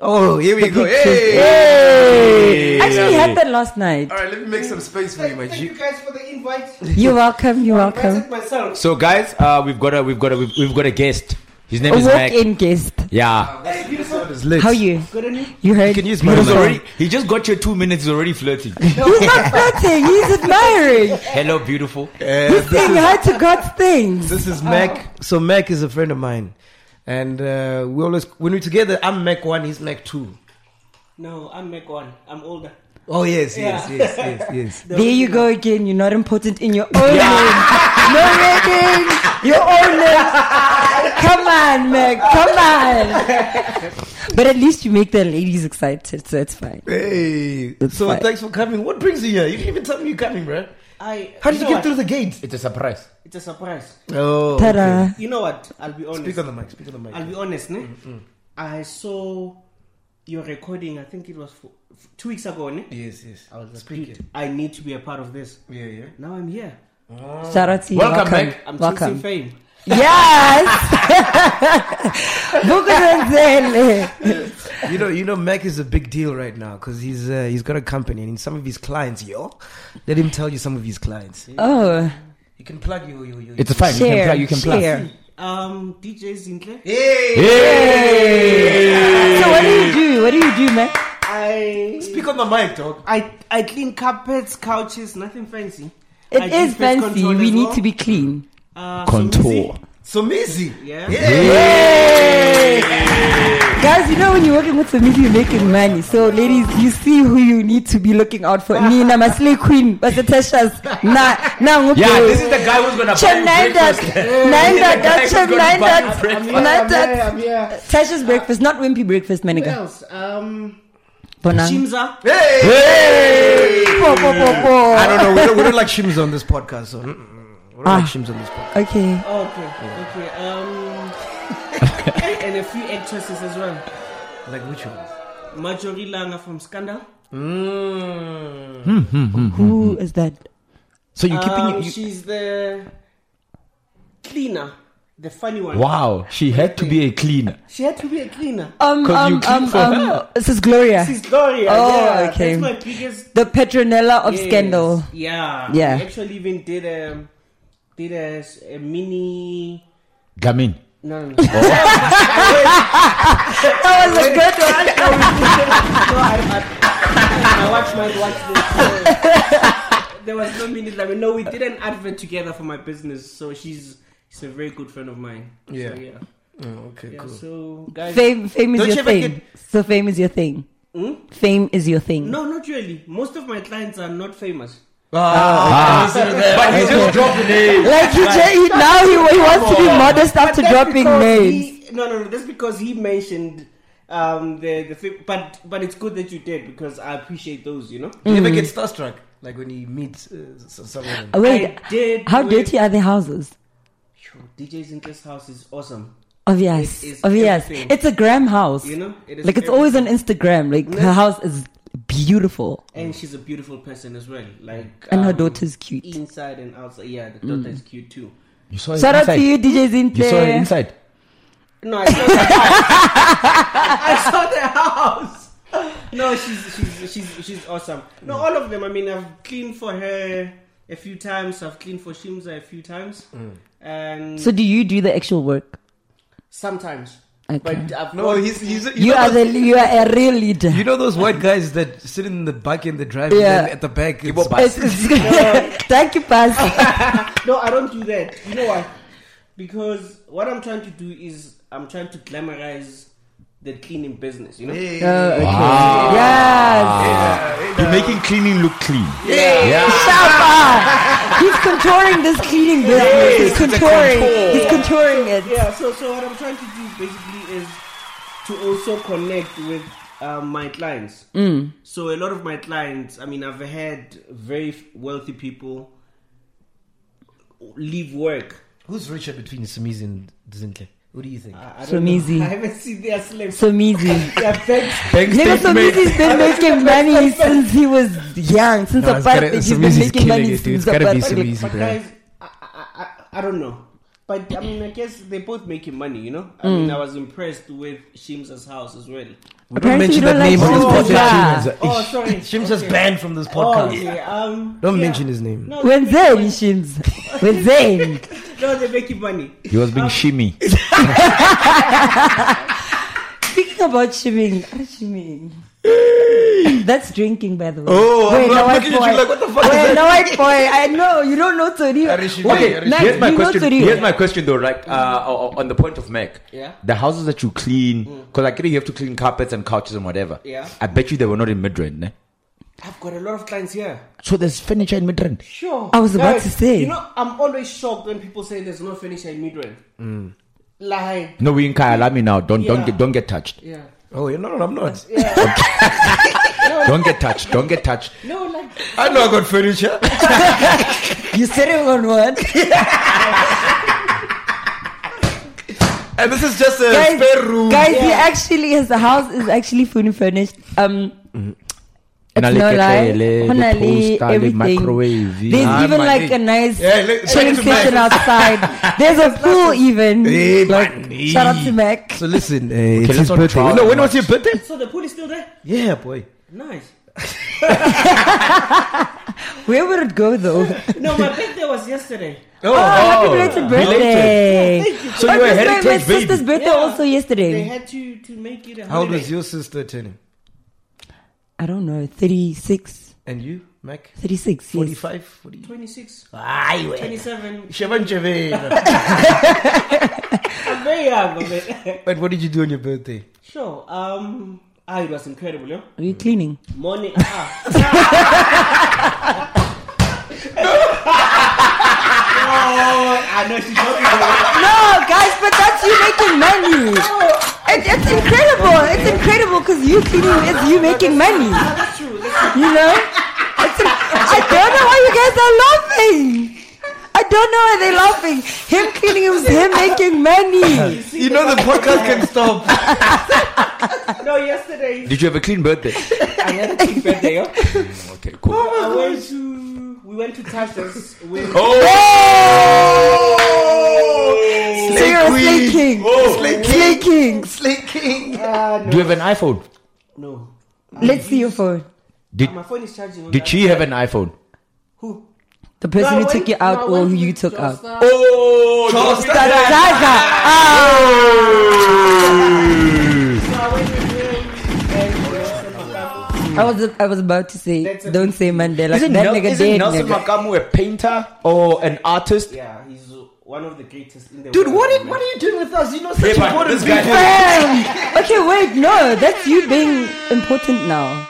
[SPEAKER 1] Oh, here we go.
[SPEAKER 2] pictures.
[SPEAKER 1] Hey.
[SPEAKER 2] Actually, we had that last night.
[SPEAKER 1] All right, let me make some space for you, my
[SPEAKER 4] Thank you
[SPEAKER 1] G.
[SPEAKER 4] guys for the invite.
[SPEAKER 2] You're welcome. You're welcome.
[SPEAKER 4] Invited myself.
[SPEAKER 3] So guys, uh, we've got a we've got a we've, we've got a guest. His name
[SPEAKER 2] A
[SPEAKER 3] is Meg.
[SPEAKER 2] walk-in guest.
[SPEAKER 3] Yeah.
[SPEAKER 4] Hey, beautiful.
[SPEAKER 1] It's lit.
[SPEAKER 2] How you? You heard?
[SPEAKER 1] can use my
[SPEAKER 3] He was
[SPEAKER 1] Beautiful.
[SPEAKER 3] already he just got your two minutes, he's already flirting.
[SPEAKER 2] He's not flirting. He's admiring.
[SPEAKER 3] Hello, beautiful.
[SPEAKER 1] Uh,
[SPEAKER 2] He's saying hi to God's things.
[SPEAKER 1] This is
[SPEAKER 2] Oh.
[SPEAKER 1] Mac. So Mac is a friend of mine, and uh, we always when we're together, I'm Mac one, he's Mac two.
[SPEAKER 4] No, I'm Mac One. I'm older.
[SPEAKER 1] Oh yes, yes,
[SPEAKER 4] Yeah.
[SPEAKER 1] yes, yes, yes.
[SPEAKER 2] There you go again. You're not important in your own name. No rating. Your own name. Come on, Meg. Come on. But at least you make the ladies excited, so it's fine.
[SPEAKER 1] Hey,
[SPEAKER 2] It's
[SPEAKER 1] so
[SPEAKER 2] fine.
[SPEAKER 1] thanks for coming. What brings you here? You didn't even tell me you're coming, bro.
[SPEAKER 4] I.
[SPEAKER 1] How did you,
[SPEAKER 4] know
[SPEAKER 1] get through
[SPEAKER 4] what?
[SPEAKER 1] the gate?
[SPEAKER 3] It's a surprise.
[SPEAKER 4] It's a surprise.
[SPEAKER 1] Oh,
[SPEAKER 2] Ta-da.
[SPEAKER 4] You know what? I'll be honest.
[SPEAKER 1] Speak Mm, on the mic. Speak on the mic.
[SPEAKER 4] I'll be honest, ne? I saw your recording. I think it was for, f- two weeks ago, ne?
[SPEAKER 1] yes, yes.
[SPEAKER 4] I was like,
[SPEAKER 1] Speak
[SPEAKER 4] dude,
[SPEAKER 1] it.
[SPEAKER 4] I need to be a part of this.
[SPEAKER 1] Yeah, yeah.
[SPEAKER 4] Now I'm here.
[SPEAKER 2] Shout out to you.
[SPEAKER 3] Welcome,
[SPEAKER 2] Welcome.
[SPEAKER 3] Meg.
[SPEAKER 4] I'm eh? chasing
[SPEAKER 2] Welcome.
[SPEAKER 4] fame.
[SPEAKER 2] Yes. Vukezenzele.
[SPEAKER 1] You know, you know, Mac is a big deal right now because he's uh, he's got a company and some of his clients, yo, let him tell you some of his clients.
[SPEAKER 2] oh,
[SPEAKER 1] You can plug your your your.
[SPEAKER 3] It's a fine.
[SPEAKER 2] share.
[SPEAKER 3] you can plug. You can plug.
[SPEAKER 2] share.
[SPEAKER 4] Um, DJ Zintle.
[SPEAKER 2] So what do you do? What do you do, Meg?
[SPEAKER 4] I,
[SPEAKER 1] Speak on the mic, dog.
[SPEAKER 4] I, I clean carpets, couches, nothing fancy.
[SPEAKER 2] It
[SPEAKER 4] I
[SPEAKER 2] is
[SPEAKER 4] do pest
[SPEAKER 2] fancy.
[SPEAKER 4] control
[SPEAKER 2] We
[SPEAKER 4] as
[SPEAKER 2] need
[SPEAKER 4] well.
[SPEAKER 2] to be clean.
[SPEAKER 4] Uh,
[SPEAKER 3] Contour.
[SPEAKER 4] Somisi.
[SPEAKER 1] So Mizzy.
[SPEAKER 4] Yeah.
[SPEAKER 2] Guys, you know when you're working with somebody, you're making money. So, ladies, you see who you need to be looking out for. Nina, my slay queen, but the Tashas. Nah, nah, okay.
[SPEAKER 3] Yeah, this is the guy who's gonna buy you
[SPEAKER 2] Chenaidat,
[SPEAKER 3] breakfast.
[SPEAKER 2] Naidat,
[SPEAKER 3] guy who's gonna buy you
[SPEAKER 2] Chenaidat,
[SPEAKER 3] breakfast.
[SPEAKER 2] Naidat.
[SPEAKER 4] yeah.
[SPEAKER 2] Tasha's breakfast, not wimpy breakfast,
[SPEAKER 4] What
[SPEAKER 2] Maniga.
[SPEAKER 4] else? Um,
[SPEAKER 2] Bonang.
[SPEAKER 4] Chimza.
[SPEAKER 2] Po, po, po, po.
[SPEAKER 1] I don't know. We don't, we don't like shims on this podcast. So mm-mm. we don't like
[SPEAKER 2] Ah.
[SPEAKER 1] shims on this podcast.
[SPEAKER 2] Okay.
[SPEAKER 4] Oh, Okay, okay. Um, and a few actresses as well.
[SPEAKER 1] Like which ones?
[SPEAKER 4] Marjorie Langer from Scandal.
[SPEAKER 2] Who is that?
[SPEAKER 3] So you're keeping
[SPEAKER 1] Uh,
[SPEAKER 4] Um,
[SPEAKER 3] you,
[SPEAKER 4] she's the cleaner, the funny one.
[SPEAKER 3] Wow, she had to be a cleaner.
[SPEAKER 4] She had to be a cleaner.
[SPEAKER 2] Um,
[SPEAKER 3] 'Cause you
[SPEAKER 2] um,
[SPEAKER 3] clean
[SPEAKER 2] um,
[SPEAKER 3] for
[SPEAKER 2] um,
[SPEAKER 3] her.
[SPEAKER 2] this is Gloria.
[SPEAKER 4] She's Gloria.
[SPEAKER 2] Oh,
[SPEAKER 4] yeah.
[SPEAKER 2] okay.
[SPEAKER 4] That's my biggest
[SPEAKER 2] the Petronella of
[SPEAKER 4] Yes,
[SPEAKER 2] Scandal.
[SPEAKER 4] Yeah.
[SPEAKER 2] Yeah.
[SPEAKER 4] We actually even did a did a, s- a mini.
[SPEAKER 3] Gamin.
[SPEAKER 4] No, no, no.
[SPEAKER 2] That was a good one.
[SPEAKER 4] I watched my watch this. so there was no mini. Like, no, we did an advert together for my business. So she's she's a very good friend of mine.
[SPEAKER 1] Yeah.
[SPEAKER 4] So, yeah.
[SPEAKER 1] Oh, okay,
[SPEAKER 4] Yeah, So guys.
[SPEAKER 2] Fame, fame is
[SPEAKER 1] Don't
[SPEAKER 2] your
[SPEAKER 1] you ever
[SPEAKER 2] thing.
[SPEAKER 1] get-
[SPEAKER 2] So fame is your thing. Fame is your thing.
[SPEAKER 4] Hmm? no, not really. Most of my clients are not famous.
[SPEAKER 3] But he just dropped the name.
[SPEAKER 2] Like he, just, he now he, he wants to be modest after
[SPEAKER 4] That's
[SPEAKER 2] dropping
[SPEAKER 4] because
[SPEAKER 2] names.
[SPEAKER 4] He, no, no, no. That's because he mentioned um, the the thing, but but it's good that you did because I appreciate those. You know.
[SPEAKER 1] You ever get starstruck? Like when you meet uh, s- someone.
[SPEAKER 2] Uh, Wait,
[SPEAKER 4] I did
[SPEAKER 2] how
[SPEAKER 4] do it.
[SPEAKER 2] dirty are the houses?
[SPEAKER 4] Yo, DJ's Interest House is awesome.
[SPEAKER 2] Obvious,
[SPEAKER 4] It is
[SPEAKER 2] obvious.
[SPEAKER 4] everything.
[SPEAKER 2] It's a gram house.
[SPEAKER 4] You know, it is
[SPEAKER 2] like it's always on
[SPEAKER 4] everything.
[SPEAKER 2] Instagram. Like her
[SPEAKER 4] Yes.
[SPEAKER 2] house is beautiful,
[SPEAKER 4] And she's a beautiful person as well. Like
[SPEAKER 2] and her
[SPEAKER 4] um,
[SPEAKER 2] daughter's cute. Mm.
[SPEAKER 4] Inside and outside. Yeah, the daughter is cute too.
[SPEAKER 3] You saw
[SPEAKER 4] Oh,
[SPEAKER 2] Shout out to you, DJs in
[SPEAKER 3] You saw her
[SPEAKER 2] there.
[SPEAKER 3] inside.
[SPEAKER 4] No, I saw the house. I saw the house. No, she's she's she's she's awesome. No,
[SPEAKER 1] Mm.
[SPEAKER 4] all of them. I mean, I've cleaned for her a few times. I've cleaned for Shimza a few times,
[SPEAKER 1] Mm.
[SPEAKER 4] and
[SPEAKER 2] So do you do the actual work?
[SPEAKER 4] sometimes.
[SPEAKER 2] Okay.
[SPEAKER 4] But I've
[SPEAKER 1] No,
[SPEAKER 4] got-
[SPEAKER 1] he's, he's you,
[SPEAKER 2] You
[SPEAKER 1] know
[SPEAKER 2] are the
[SPEAKER 1] those,
[SPEAKER 2] you are a real leader.
[SPEAKER 1] you know those white guys that sit in the back in the drive and
[SPEAKER 2] Yeah.
[SPEAKER 1] then at the back. It's,
[SPEAKER 2] It's- it's- Thank you, Pastor.
[SPEAKER 4] no, I don't do that. You know why? Because what I'm trying to do is I'm trying to glamorize the cleaning business. You know.
[SPEAKER 2] Uh,
[SPEAKER 1] Ah.
[SPEAKER 2] Yes.
[SPEAKER 3] You're making cleaning look clean.
[SPEAKER 2] Shapa. He's contouring this cleaning business. He's contouring. He's contouring it.
[SPEAKER 4] Yeah, so so what I'm trying to do basically is to also connect with um, my clients. Mm. So a lot of my clients, I mean, I've had very wealthy people leave work.
[SPEAKER 1] who's richer between Sumizi and Zinke? What do you think?
[SPEAKER 4] I, I
[SPEAKER 2] So
[SPEAKER 4] don't know.
[SPEAKER 2] easy.
[SPEAKER 4] I haven't seen their slaves.
[SPEAKER 2] So easy.
[SPEAKER 4] their bags.
[SPEAKER 2] Nigga, Somizi's been making money since he was young, since
[SPEAKER 1] No, it's gotta-
[SPEAKER 2] apartheid. He's been
[SPEAKER 1] Somizi's
[SPEAKER 2] making
[SPEAKER 1] killing
[SPEAKER 2] money
[SPEAKER 1] it, dude.
[SPEAKER 2] since
[SPEAKER 1] It's gotta be
[SPEAKER 2] apartheid.
[SPEAKER 1] Somizi,
[SPEAKER 4] But
[SPEAKER 1] bro.
[SPEAKER 4] guys, I, I, I, I don't know. But I mean, I guess they're both making money, you know? I
[SPEAKER 1] Mm.
[SPEAKER 4] mean, I was impressed with Shimza's house as well.
[SPEAKER 1] We don't mention that name on
[SPEAKER 2] Shimza's
[SPEAKER 1] this
[SPEAKER 4] Shimza's
[SPEAKER 2] bar.
[SPEAKER 1] podcast.
[SPEAKER 4] Oh, sorry.
[SPEAKER 1] Shim's just
[SPEAKER 4] Okay.
[SPEAKER 1] banned from this
[SPEAKER 4] Oh,
[SPEAKER 1] podcast.
[SPEAKER 4] okay. um,
[SPEAKER 1] Don't
[SPEAKER 4] yeah.
[SPEAKER 1] mention his name.
[SPEAKER 4] No,
[SPEAKER 2] When
[SPEAKER 4] they're
[SPEAKER 2] then,
[SPEAKER 4] making
[SPEAKER 2] Shims? When then?
[SPEAKER 4] money. No, they're making money.
[SPEAKER 3] He was being shimmy.
[SPEAKER 2] Speaking about shimming, what is shimming? That's drinking, by the way.
[SPEAKER 3] Oh, I'm
[SPEAKER 2] Wait,
[SPEAKER 3] not
[SPEAKER 2] no,
[SPEAKER 3] looking at you
[SPEAKER 2] white boy.
[SPEAKER 3] like, what the fuck is
[SPEAKER 2] Wait,
[SPEAKER 3] that?
[SPEAKER 2] no, white boy. I know you don't know Tori.
[SPEAKER 1] Arishimei, Okay, Arishimei.
[SPEAKER 2] Mac,
[SPEAKER 3] Here's my
[SPEAKER 2] you know
[SPEAKER 3] question.
[SPEAKER 2] Tori.
[SPEAKER 3] Here's my question though, right? Uh, o- o- on the point of Mac,
[SPEAKER 4] Yeah.
[SPEAKER 3] the houses that you clean,
[SPEAKER 1] Mm.
[SPEAKER 3] because I get it, you have to clean carpets and couches and whatever.
[SPEAKER 4] Yeah.
[SPEAKER 3] I bet you they were not in Midrand. Ne?
[SPEAKER 4] I've got a lot of clients here.
[SPEAKER 3] So there's furniture in Midrand.
[SPEAKER 4] Sure.
[SPEAKER 2] I was about to say.
[SPEAKER 4] You know, I'm always shocked when people say there's no furniture in Midrand.
[SPEAKER 1] Mm.
[SPEAKER 4] Like,
[SPEAKER 3] No, we in Kyalami now. Don't don't
[SPEAKER 4] Yeah.
[SPEAKER 3] get don't get touched.
[SPEAKER 4] yeah.
[SPEAKER 1] Oh, yeah, no, no, I'm not.
[SPEAKER 3] Don't get touched. Don't get touched.
[SPEAKER 4] No, like,
[SPEAKER 1] I know I got furniture.
[SPEAKER 2] You said it on one.
[SPEAKER 1] And this is just a
[SPEAKER 2] guys,
[SPEAKER 1] spare room.
[SPEAKER 2] guys he actually his house is actually fully furnished. Um,
[SPEAKER 3] And
[SPEAKER 2] it's
[SPEAKER 3] I
[SPEAKER 2] no
[SPEAKER 3] look at
[SPEAKER 2] lie,
[SPEAKER 3] the- the
[SPEAKER 2] honestly,
[SPEAKER 3] toaster, the
[SPEAKER 2] everything.
[SPEAKER 3] microwave,
[SPEAKER 2] There's
[SPEAKER 3] yeah.
[SPEAKER 2] even
[SPEAKER 1] Ah,
[SPEAKER 2] like
[SPEAKER 1] my
[SPEAKER 2] a nice
[SPEAKER 1] Yeah, let- shout
[SPEAKER 2] training
[SPEAKER 1] out to Mac.
[SPEAKER 2] session outside. There's a pool even.
[SPEAKER 1] Hey, man.
[SPEAKER 2] Shout out to Mac.
[SPEAKER 1] So listen, uh, it's
[SPEAKER 3] let's
[SPEAKER 1] his
[SPEAKER 3] not
[SPEAKER 1] birthday.
[SPEAKER 3] try
[SPEAKER 1] No, when
[SPEAKER 3] much.
[SPEAKER 1] was your birthday?
[SPEAKER 4] so the pool is still there?
[SPEAKER 1] Yeah, boy.
[SPEAKER 4] Nice.
[SPEAKER 2] Where would it go though? Oh,
[SPEAKER 4] No, my birthday was yesterday.
[SPEAKER 1] Oh,
[SPEAKER 2] happy belated birthday!
[SPEAKER 4] Thank you.
[SPEAKER 1] So you
[SPEAKER 2] Oh,
[SPEAKER 1] were a
[SPEAKER 2] it was my-
[SPEAKER 1] heritage
[SPEAKER 2] my
[SPEAKER 1] baby.
[SPEAKER 2] sister's birthday
[SPEAKER 4] Yeah.
[SPEAKER 2] also
[SPEAKER 4] They
[SPEAKER 2] yesterday.
[SPEAKER 4] had to, to make it a
[SPEAKER 1] How old
[SPEAKER 4] holiday.
[SPEAKER 1] was your sister turning?
[SPEAKER 2] I don't know, 36,
[SPEAKER 1] And you, Mac?
[SPEAKER 2] 36, yes.
[SPEAKER 1] 45? 40?
[SPEAKER 4] 26,
[SPEAKER 1] Ay, wey.
[SPEAKER 4] 27.
[SPEAKER 1] Shaban Chavela.
[SPEAKER 4] I'm very young, but
[SPEAKER 1] But what did you do on your birthday?
[SPEAKER 4] sure. Um, ah, it was incredible, yeah?
[SPEAKER 2] Are you cleaning?
[SPEAKER 4] Morning. Ah. no, I know she's talking about
[SPEAKER 2] No, guys, but that's you making money. It, it's incredible. It's incredible because you cleaning is you making money.
[SPEAKER 4] That's true. That's true.
[SPEAKER 2] You know? It's, I don't know why you guys are laughing. I don't know why they're laughing. Him cleaning is him making money.
[SPEAKER 1] You know the podcast can stop.
[SPEAKER 4] No, yesterday
[SPEAKER 3] Did you have a clean birthday?
[SPEAKER 4] I had a big birthday. yo.
[SPEAKER 3] okay, cool.
[SPEAKER 4] I went to. We went to Tarsus with.
[SPEAKER 1] Oh!
[SPEAKER 3] Oh!
[SPEAKER 2] So you're a slay king.
[SPEAKER 3] Oh.
[SPEAKER 2] Slay king.
[SPEAKER 3] Do you have an iPhone?
[SPEAKER 4] No.
[SPEAKER 2] Let's see your phone.
[SPEAKER 3] Did,
[SPEAKER 4] My phone is charging. on
[SPEAKER 3] did
[SPEAKER 4] that.
[SPEAKER 3] she have an iPhone?
[SPEAKER 4] Who?
[SPEAKER 2] The person
[SPEAKER 4] No, I
[SPEAKER 2] who took
[SPEAKER 4] went-
[SPEAKER 2] you
[SPEAKER 4] no, I
[SPEAKER 2] out or
[SPEAKER 4] went
[SPEAKER 2] who
[SPEAKER 4] with
[SPEAKER 2] you took out.
[SPEAKER 4] Josta.
[SPEAKER 3] Oh!
[SPEAKER 4] So I went with him and uh, some of them.
[SPEAKER 2] I was I was about to say,
[SPEAKER 4] That's a-
[SPEAKER 2] don't say Mandela.
[SPEAKER 3] Isn't,
[SPEAKER 2] that
[SPEAKER 3] Nel-
[SPEAKER 2] nigga
[SPEAKER 3] isn't
[SPEAKER 2] dead,
[SPEAKER 3] Nelson
[SPEAKER 2] nigga.
[SPEAKER 3] Makamu a painter or an artist?
[SPEAKER 4] Yeah, he's one of the greatest in the
[SPEAKER 1] Dude,
[SPEAKER 4] world.
[SPEAKER 1] what are,
[SPEAKER 4] man.
[SPEAKER 1] what are you doing with us? You know, such
[SPEAKER 3] but
[SPEAKER 1] important
[SPEAKER 3] this guy-
[SPEAKER 1] people.
[SPEAKER 2] Damn. Okay, wait, no, that's you being important now.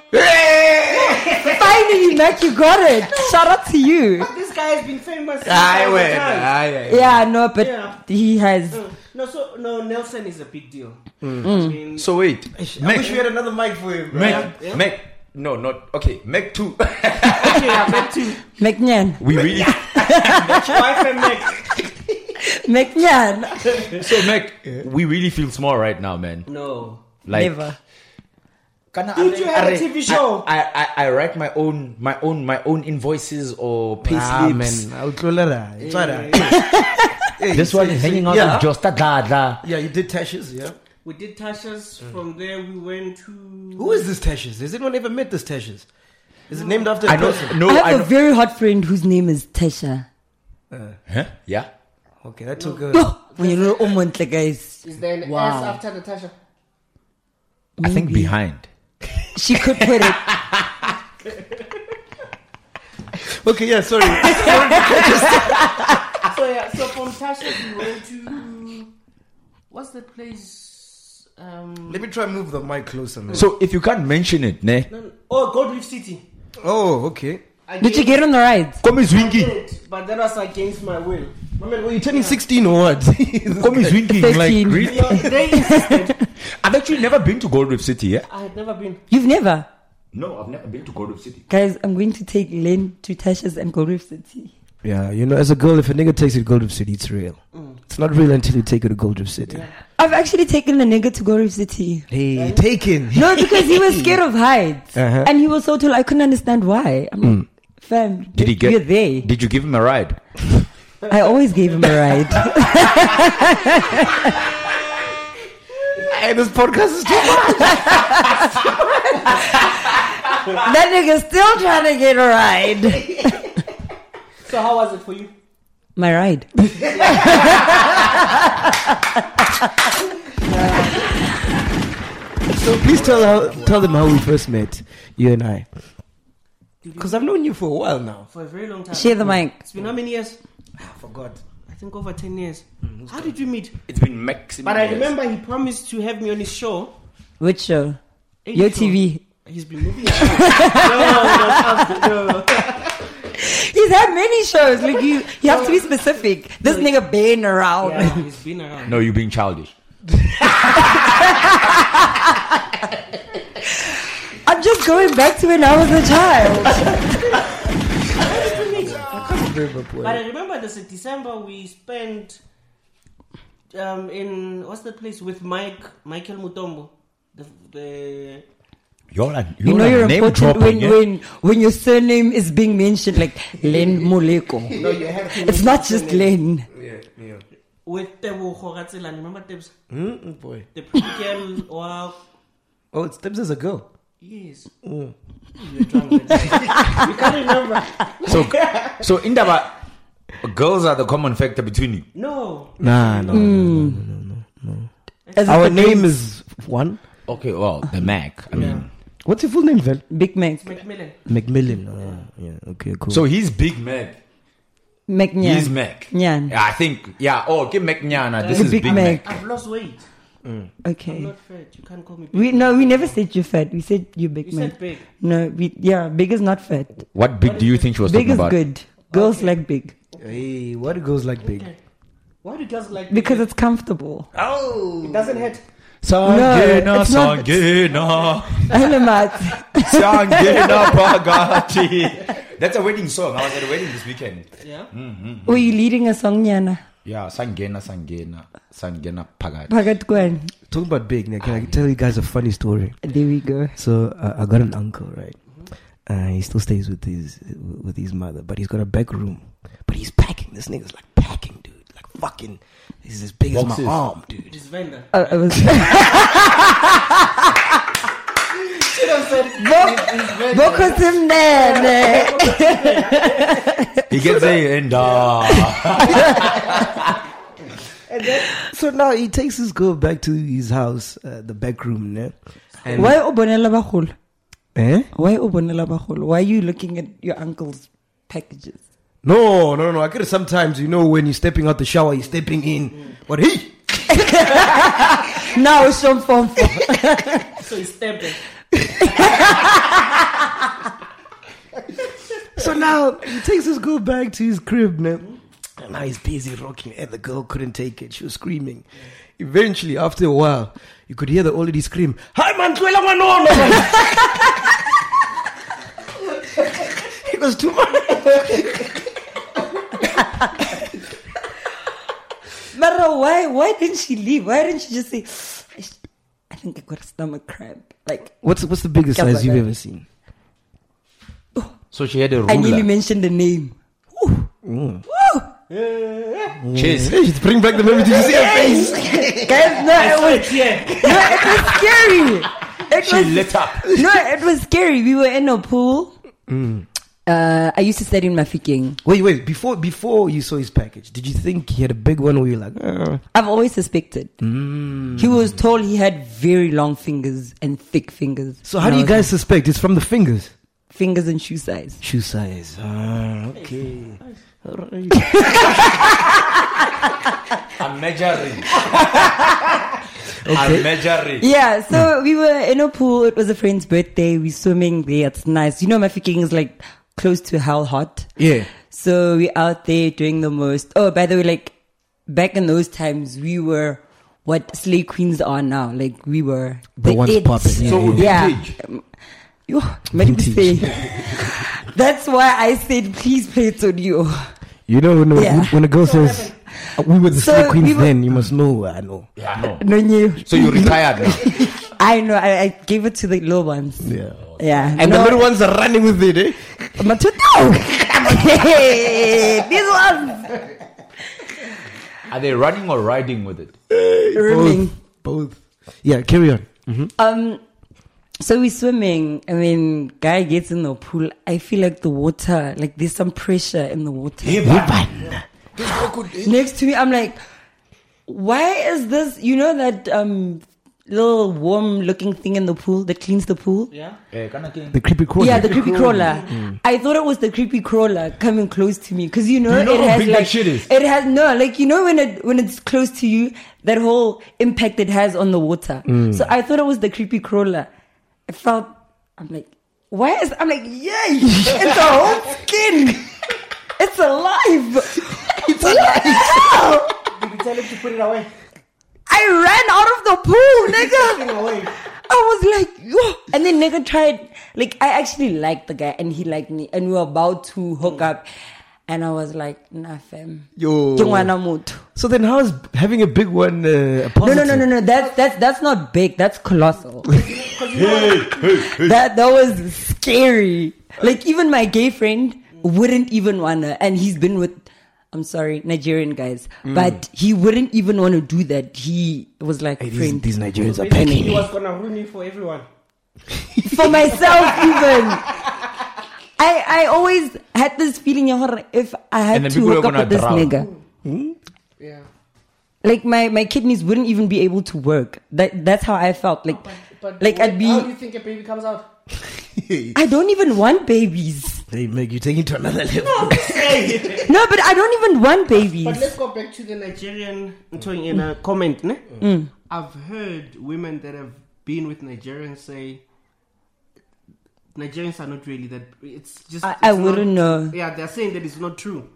[SPEAKER 2] Finally, Mac, you got it. Shout out to you.
[SPEAKER 4] This guy has been famous.
[SPEAKER 1] Oh
[SPEAKER 3] I
[SPEAKER 4] all the
[SPEAKER 3] went.
[SPEAKER 4] time.
[SPEAKER 2] Yeah, no, but
[SPEAKER 4] Yeah.
[SPEAKER 2] he has.
[SPEAKER 4] Mm. No, so no, Nelson is a big deal. I
[SPEAKER 2] Mm.
[SPEAKER 4] mean,
[SPEAKER 3] Mm. So wait,
[SPEAKER 1] I
[SPEAKER 3] Mac,
[SPEAKER 1] wish we had another mic for him. bro.
[SPEAKER 3] Mac, Mac. No, not okay. Mac two.
[SPEAKER 4] okay, I met you.
[SPEAKER 2] McNyan.
[SPEAKER 3] we really
[SPEAKER 4] That's wife and Mac.
[SPEAKER 3] Oh,
[SPEAKER 2] McNyan.
[SPEAKER 3] so Mac. We really feel small right now, man.
[SPEAKER 4] No.
[SPEAKER 3] Like,
[SPEAKER 2] Never.
[SPEAKER 4] Dude, you have a TV show.
[SPEAKER 3] I, I I write my own my own my own invoices or payslips.
[SPEAKER 1] Ah, man. I'll call her that. It's all right.
[SPEAKER 3] This one is hanging out
[SPEAKER 1] Yeah.
[SPEAKER 3] with Josta Dada.
[SPEAKER 1] Yeah, you did Tashes, yeah?
[SPEAKER 4] We did Tasha's.
[SPEAKER 3] Mm.
[SPEAKER 4] From there, we went to.
[SPEAKER 1] Who is this Tashes? Has anyone ever met this Tashes? Is it named after a
[SPEAKER 3] I know.
[SPEAKER 1] person?
[SPEAKER 3] No,
[SPEAKER 2] I
[SPEAKER 3] I
[SPEAKER 2] have a
[SPEAKER 3] know.
[SPEAKER 2] very hot friend whose name is Tasha.
[SPEAKER 3] Huh? Yeah.
[SPEAKER 1] Okay, that took a.
[SPEAKER 2] Oh, When you know Omontle, guys,
[SPEAKER 4] Is there an
[SPEAKER 2] Wow.
[SPEAKER 4] S after the Tasha?
[SPEAKER 3] I think behind.
[SPEAKER 2] she could put it.
[SPEAKER 1] Okay, yeah, sorry.
[SPEAKER 4] So yeah. So from Tasha, we went to. What's the place? Um.
[SPEAKER 1] Let me try and move the mic closer, man.
[SPEAKER 3] So if you can't mention it, ne?
[SPEAKER 4] Oh, Goldleaf City.
[SPEAKER 1] Oh, okay.
[SPEAKER 4] I
[SPEAKER 2] Did you get on the ride?
[SPEAKER 3] Come is winking.
[SPEAKER 4] it? But that was against my will. My man,
[SPEAKER 1] Well, you're turning 16 or what?
[SPEAKER 3] Come is winking. Like,
[SPEAKER 2] 13.
[SPEAKER 3] really?
[SPEAKER 4] yeah, they insisted.
[SPEAKER 3] I've actually never been to Goldwave City. Yeah.
[SPEAKER 4] I had never been.
[SPEAKER 2] You've never.
[SPEAKER 3] No, I've never been to Goldwave City.
[SPEAKER 2] Guys, I'm going to take Len to Tasha's and go Reef City.
[SPEAKER 1] yeah, you know, as a girl, if a nigga takes you to Gold Reef City, it's real. It's not real until you take it to Gold Reef City.
[SPEAKER 2] I've actually taken the nigga to go Reef City.
[SPEAKER 1] Hey, taken.
[SPEAKER 2] No, because he was scared of heights.
[SPEAKER 1] Uh-huh.
[SPEAKER 2] And he was so tall, I couldn't understand why. I'm like, fam,
[SPEAKER 3] Mm. Did he get
[SPEAKER 2] you're there.
[SPEAKER 3] Did you give him a ride?
[SPEAKER 2] I always gave him a ride.
[SPEAKER 1] Hey, this podcast is too
[SPEAKER 2] that nigga's still trying to get a ride.
[SPEAKER 4] So how was it for you?
[SPEAKER 2] My ride.
[SPEAKER 1] So please tell how, tell them how we first met, you and I. Because I've known you for a while now.
[SPEAKER 4] For a very long time.
[SPEAKER 2] Share the mic.
[SPEAKER 4] It's been how many years? I forgot. I think over 10 years. How did you meet?
[SPEAKER 3] It's been maximum.
[SPEAKER 4] But I remember he promised to have me on his show.
[SPEAKER 2] Which show?
[SPEAKER 4] Any
[SPEAKER 2] Your
[SPEAKER 4] show.
[SPEAKER 2] TV.
[SPEAKER 4] He's been moving. around. no, no, no,
[SPEAKER 2] He's had many shows. Like you, you have to be specific. This nigga been around.
[SPEAKER 4] Yeah, he's been around.
[SPEAKER 3] No, you're being childish.
[SPEAKER 2] I'm just going back to when I was a child.
[SPEAKER 4] But I remember this in December we spent um, in what's the place with Mike Michael Mutombo. The, the
[SPEAKER 3] You're a
[SPEAKER 2] You know you're
[SPEAKER 3] name
[SPEAKER 2] important
[SPEAKER 3] dropping.
[SPEAKER 2] when,
[SPEAKER 3] yeah?
[SPEAKER 2] when when your surname is being mentioned, like Len Moleko. it's not just Len.
[SPEAKER 4] with Tebo Khoratselan. Remember Tebs?
[SPEAKER 1] Mm-mm, Mm, boy.
[SPEAKER 4] The pretty girl wow
[SPEAKER 1] Oh, it's Debs as a girl.
[SPEAKER 4] yes. You're drunk. man. you can't remember.
[SPEAKER 3] So, so Indaba, girls are the common factor between you.
[SPEAKER 4] No.
[SPEAKER 1] Nah, no.
[SPEAKER 2] As
[SPEAKER 1] Our
[SPEAKER 2] if it
[SPEAKER 1] name is one.
[SPEAKER 3] Okay, well, the Mac. I mean,
[SPEAKER 1] What's your full name, Vel?
[SPEAKER 2] Big Mac.
[SPEAKER 4] Macmillan.
[SPEAKER 1] Macmillan. Oh, yeah. Okay. Cool.
[SPEAKER 3] so he's Big Mac.
[SPEAKER 2] McNyan.
[SPEAKER 3] He's Mac.
[SPEAKER 2] Nyan.
[SPEAKER 3] Yeah, I think. Yeah. Oh, give Mac Nyana. This
[SPEAKER 2] He's
[SPEAKER 3] is
[SPEAKER 2] Big
[SPEAKER 3] Big, Mac.
[SPEAKER 4] I've lost weight.
[SPEAKER 2] Okay.
[SPEAKER 4] Not fat. You can't call me. Big.
[SPEAKER 2] We no, we never said you're fat. We said you're Big
[SPEAKER 4] You
[SPEAKER 2] Mac.
[SPEAKER 4] said big.
[SPEAKER 2] No, we yeah, big is not fat.
[SPEAKER 3] What big do you think she was
[SPEAKER 2] Big
[SPEAKER 3] talking
[SPEAKER 2] is
[SPEAKER 3] about?
[SPEAKER 2] good. Girls like big
[SPEAKER 1] hey, what do girls like big?
[SPEAKER 4] Why do girls like?
[SPEAKER 2] because it's comfortable.
[SPEAKER 3] Ah,
[SPEAKER 4] it doesn't hurt.
[SPEAKER 3] Sangena,
[SPEAKER 2] No, it's not-
[SPEAKER 3] sangena,
[SPEAKER 2] Alamat.
[SPEAKER 3] sangena, bagachi. That's a wedding song. I was at a wedding this weekend.
[SPEAKER 4] Yeah.
[SPEAKER 2] Were you leading a song, Nyana?
[SPEAKER 3] Yeah, sangena, sangena, sangena, pagachi.
[SPEAKER 2] Pagat Kwan.
[SPEAKER 1] Talking about big, now, can I tell you guys a funny story?
[SPEAKER 2] There we go.
[SPEAKER 1] So uh, I got an uncle, right? Uh, he still stays with his with his mother, but he's got a back room. But he's packing. This nigga's like packing, dude. Like fucking. He's as big as
[SPEAKER 3] Boxes.
[SPEAKER 1] my arm, dude.
[SPEAKER 4] This vendor.
[SPEAKER 2] Uh, it was Bokosimnene.
[SPEAKER 3] He gets there and uh,
[SPEAKER 1] So now he takes his girl back to his house, uh, the back room, ne? And
[SPEAKER 2] Why ubonela bagolo?
[SPEAKER 1] Eh?
[SPEAKER 2] Why ubonela bagolo? Why are you looking at your uncle's packages?
[SPEAKER 1] No, no, no. I could sometimes, you know, when you're stepping out the shower, you're stepping in. But he,
[SPEAKER 2] Now it's from form four.
[SPEAKER 4] So he stabbed her.
[SPEAKER 1] So now he takes his girl back to his crib, man. And now he's busy rocking, and the girl couldn't take it. She was screaming. Eventually, after a while, you could hear the old lady scream, Hi, man, Twela Manono! It was too much.
[SPEAKER 2] Mara, why why didn't she leave? Why didn't she just say "I sh- I think I got a stomach cramp? Like
[SPEAKER 1] What's, what's the biggest
[SPEAKER 2] Come
[SPEAKER 1] size
[SPEAKER 2] on,
[SPEAKER 1] you've
[SPEAKER 2] man.
[SPEAKER 1] ever seen?
[SPEAKER 3] so she had a
[SPEAKER 2] I nearly
[SPEAKER 3] ruler.
[SPEAKER 2] mentioned the name. Woo. Woo.
[SPEAKER 3] Cheers.
[SPEAKER 1] Hey, just bring back the memory. Did you see her face?
[SPEAKER 2] Guys, no, it was, no, it was scary. It
[SPEAKER 3] She
[SPEAKER 2] was,
[SPEAKER 3] lit up.
[SPEAKER 2] No, it was scary. We were in a pool. Uh, I used to study in Mafikeng.
[SPEAKER 1] Wait, wait. Before before you saw his package, did you think he had a big one? Or you like, uh,
[SPEAKER 2] I've always suspected. He was told he had very long fingers and thick fingers.
[SPEAKER 1] so how do you
[SPEAKER 2] And I was
[SPEAKER 1] guys suspect? It's from the fingers.
[SPEAKER 2] like, fingers and shoe size?
[SPEAKER 1] Shoe size. Ah, okay. All right.
[SPEAKER 3] I'm measuring. I'm measuring.
[SPEAKER 2] Yeah,
[SPEAKER 1] Hmm.
[SPEAKER 2] so we were in a pool. It was a friend's birthday. We swimming there. It's nice. You know, Mafeking is like close to hell hot.
[SPEAKER 1] Yeah.
[SPEAKER 2] So we out there doing the most. Oh, by the way, like back in those times, we were what slay queens are now. Like we were
[SPEAKER 1] The ones
[SPEAKER 2] it.
[SPEAKER 1] popping, yeah, So
[SPEAKER 2] yeah. Um, yo, Madi
[SPEAKER 1] Vintage.
[SPEAKER 2] Buse. That's why I said, please play it on you.
[SPEAKER 1] You know when,
[SPEAKER 2] Yeah.
[SPEAKER 1] when a girl says "Uh, we were the
[SPEAKER 2] So
[SPEAKER 1] slave queens
[SPEAKER 2] we were-
[SPEAKER 1] then, you must know. I know.
[SPEAKER 3] Yeah, I
[SPEAKER 2] No,
[SPEAKER 3] know.
[SPEAKER 2] you.
[SPEAKER 3] So you retired now.
[SPEAKER 2] I know. I, I gave it to the little ones.
[SPEAKER 1] Yeah.
[SPEAKER 2] Yeah.
[SPEAKER 1] And the
[SPEAKER 2] No.
[SPEAKER 1] little ones are running with it. Eh?
[SPEAKER 2] I'm a tooth- no. Hey, These ones
[SPEAKER 3] Are they running or riding with it?
[SPEAKER 2] running.
[SPEAKER 1] Both. Yeah. Carry on.
[SPEAKER 2] Um, so we're swimming. I mean, guy gets in the pool. I feel like the water, like there's some pressure in the water. Next to me, I'm like, why is this? You know that um little warm-looking thing in the pool that cleans the pool.
[SPEAKER 4] Yeah.
[SPEAKER 3] Eh, kana king.
[SPEAKER 1] The creepy corner.
[SPEAKER 2] Yeah, the creepy crawler.
[SPEAKER 3] Hmm.
[SPEAKER 2] I thought it was the creepy crawler coming close to me because you know,
[SPEAKER 3] You know
[SPEAKER 2] it
[SPEAKER 3] how
[SPEAKER 2] has
[SPEAKER 3] big that
[SPEAKER 2] like
[SPEAKER 3] shit is?
[SPEAKER 2] it has no like you know when it when it's close to you that whole impact it has on the water.
[SPEAKER 3] Hmm.
[SPEAKER 2] So I thought it was the creepy crawler. I felt I'm like why is I'm like yeah it's a whole skin. It's alive. It's alive.
[SPEAKER 4] Did you tell him to put it away?
[SPEAKER 2] I ran out of the pool,
[SPEAKER 4] Put it
[SPEAKER 2] nigga.
[SPEAKER 4] away.
[SPEAKER 2] I was like, yo. And then nigga tried, like, I actually liked the guy and he liked me and we were about to hook up. And I was like, nah, fam.
[SPEAKER 1] Yo.
[SPEAKER 2] Ke ngwana motho.
[SPEAKER 1] So then, how is having a big one uh, a
[SPEAKER 2] No, no,
[SPEAKER 1] positive?
[SPEAKER 2] no, no, no. That's, that's, that's not big. That's colossal. that, that was scary. Like, even my gay friend wouldn't even wanna, and he's been with, I'm sorry, Nigerian guys, but he wouldn't even wanna do that. He was like,
[SPEAKER 1] Hey, these,
[SPEAKER 2] friend.
[SPEAKER 1] these Nigerians are
[SPEAKER 4] Basically, he
[SPEAKER 1] packing.
[SPEAKER 4] was gonna ruin it for everyone.
[SPEAKER 2] for myself even. I I always had this feeling "Yahora, if I
[SPEAKER 3] And
[SPEAKER 2] had
[SPEAKER 3] then
[SPEAKER 2] to
[SPEAKER 3] people
[SPEAKER 2] hook
[SPEAKER 3] are
[SPEAKER 2] up
[SPEAKER 3] gonna
[SPEAKER 2] with this
[SPEAKER 3] drown.
[SPEAKER 2] nigga. Like my, my kidneys wouldn't even be able to work. That that's how I felt. Like like
[SPEAKER 4] wait,
[SPEAKER 2] I'd be
[SPEAKER 4] How do you think a baby comes out?
[SPEAKER 2] I don't even want babies.
[SPEAKER 1] They make you take it to another level.
[SPEAKER 2] No, but I don't even want babies.
[SPEAKER 4] But let's go back to the Nigerian throwing in a comment. Ne?
[SPEAKER 2] Mm.
[SPEAKER 4] I've heard women that have been with Nigerians say Nigerians are not really that. It's just.
[SPEAKER 2] I-
[SPEAKER 4] it's
[SPEAKER 2] I
[SPEAKER 4] not-
[SPEAKER 2] wouldn't know.
[SPEAKER 4] Yeah, they're saying that it's not true.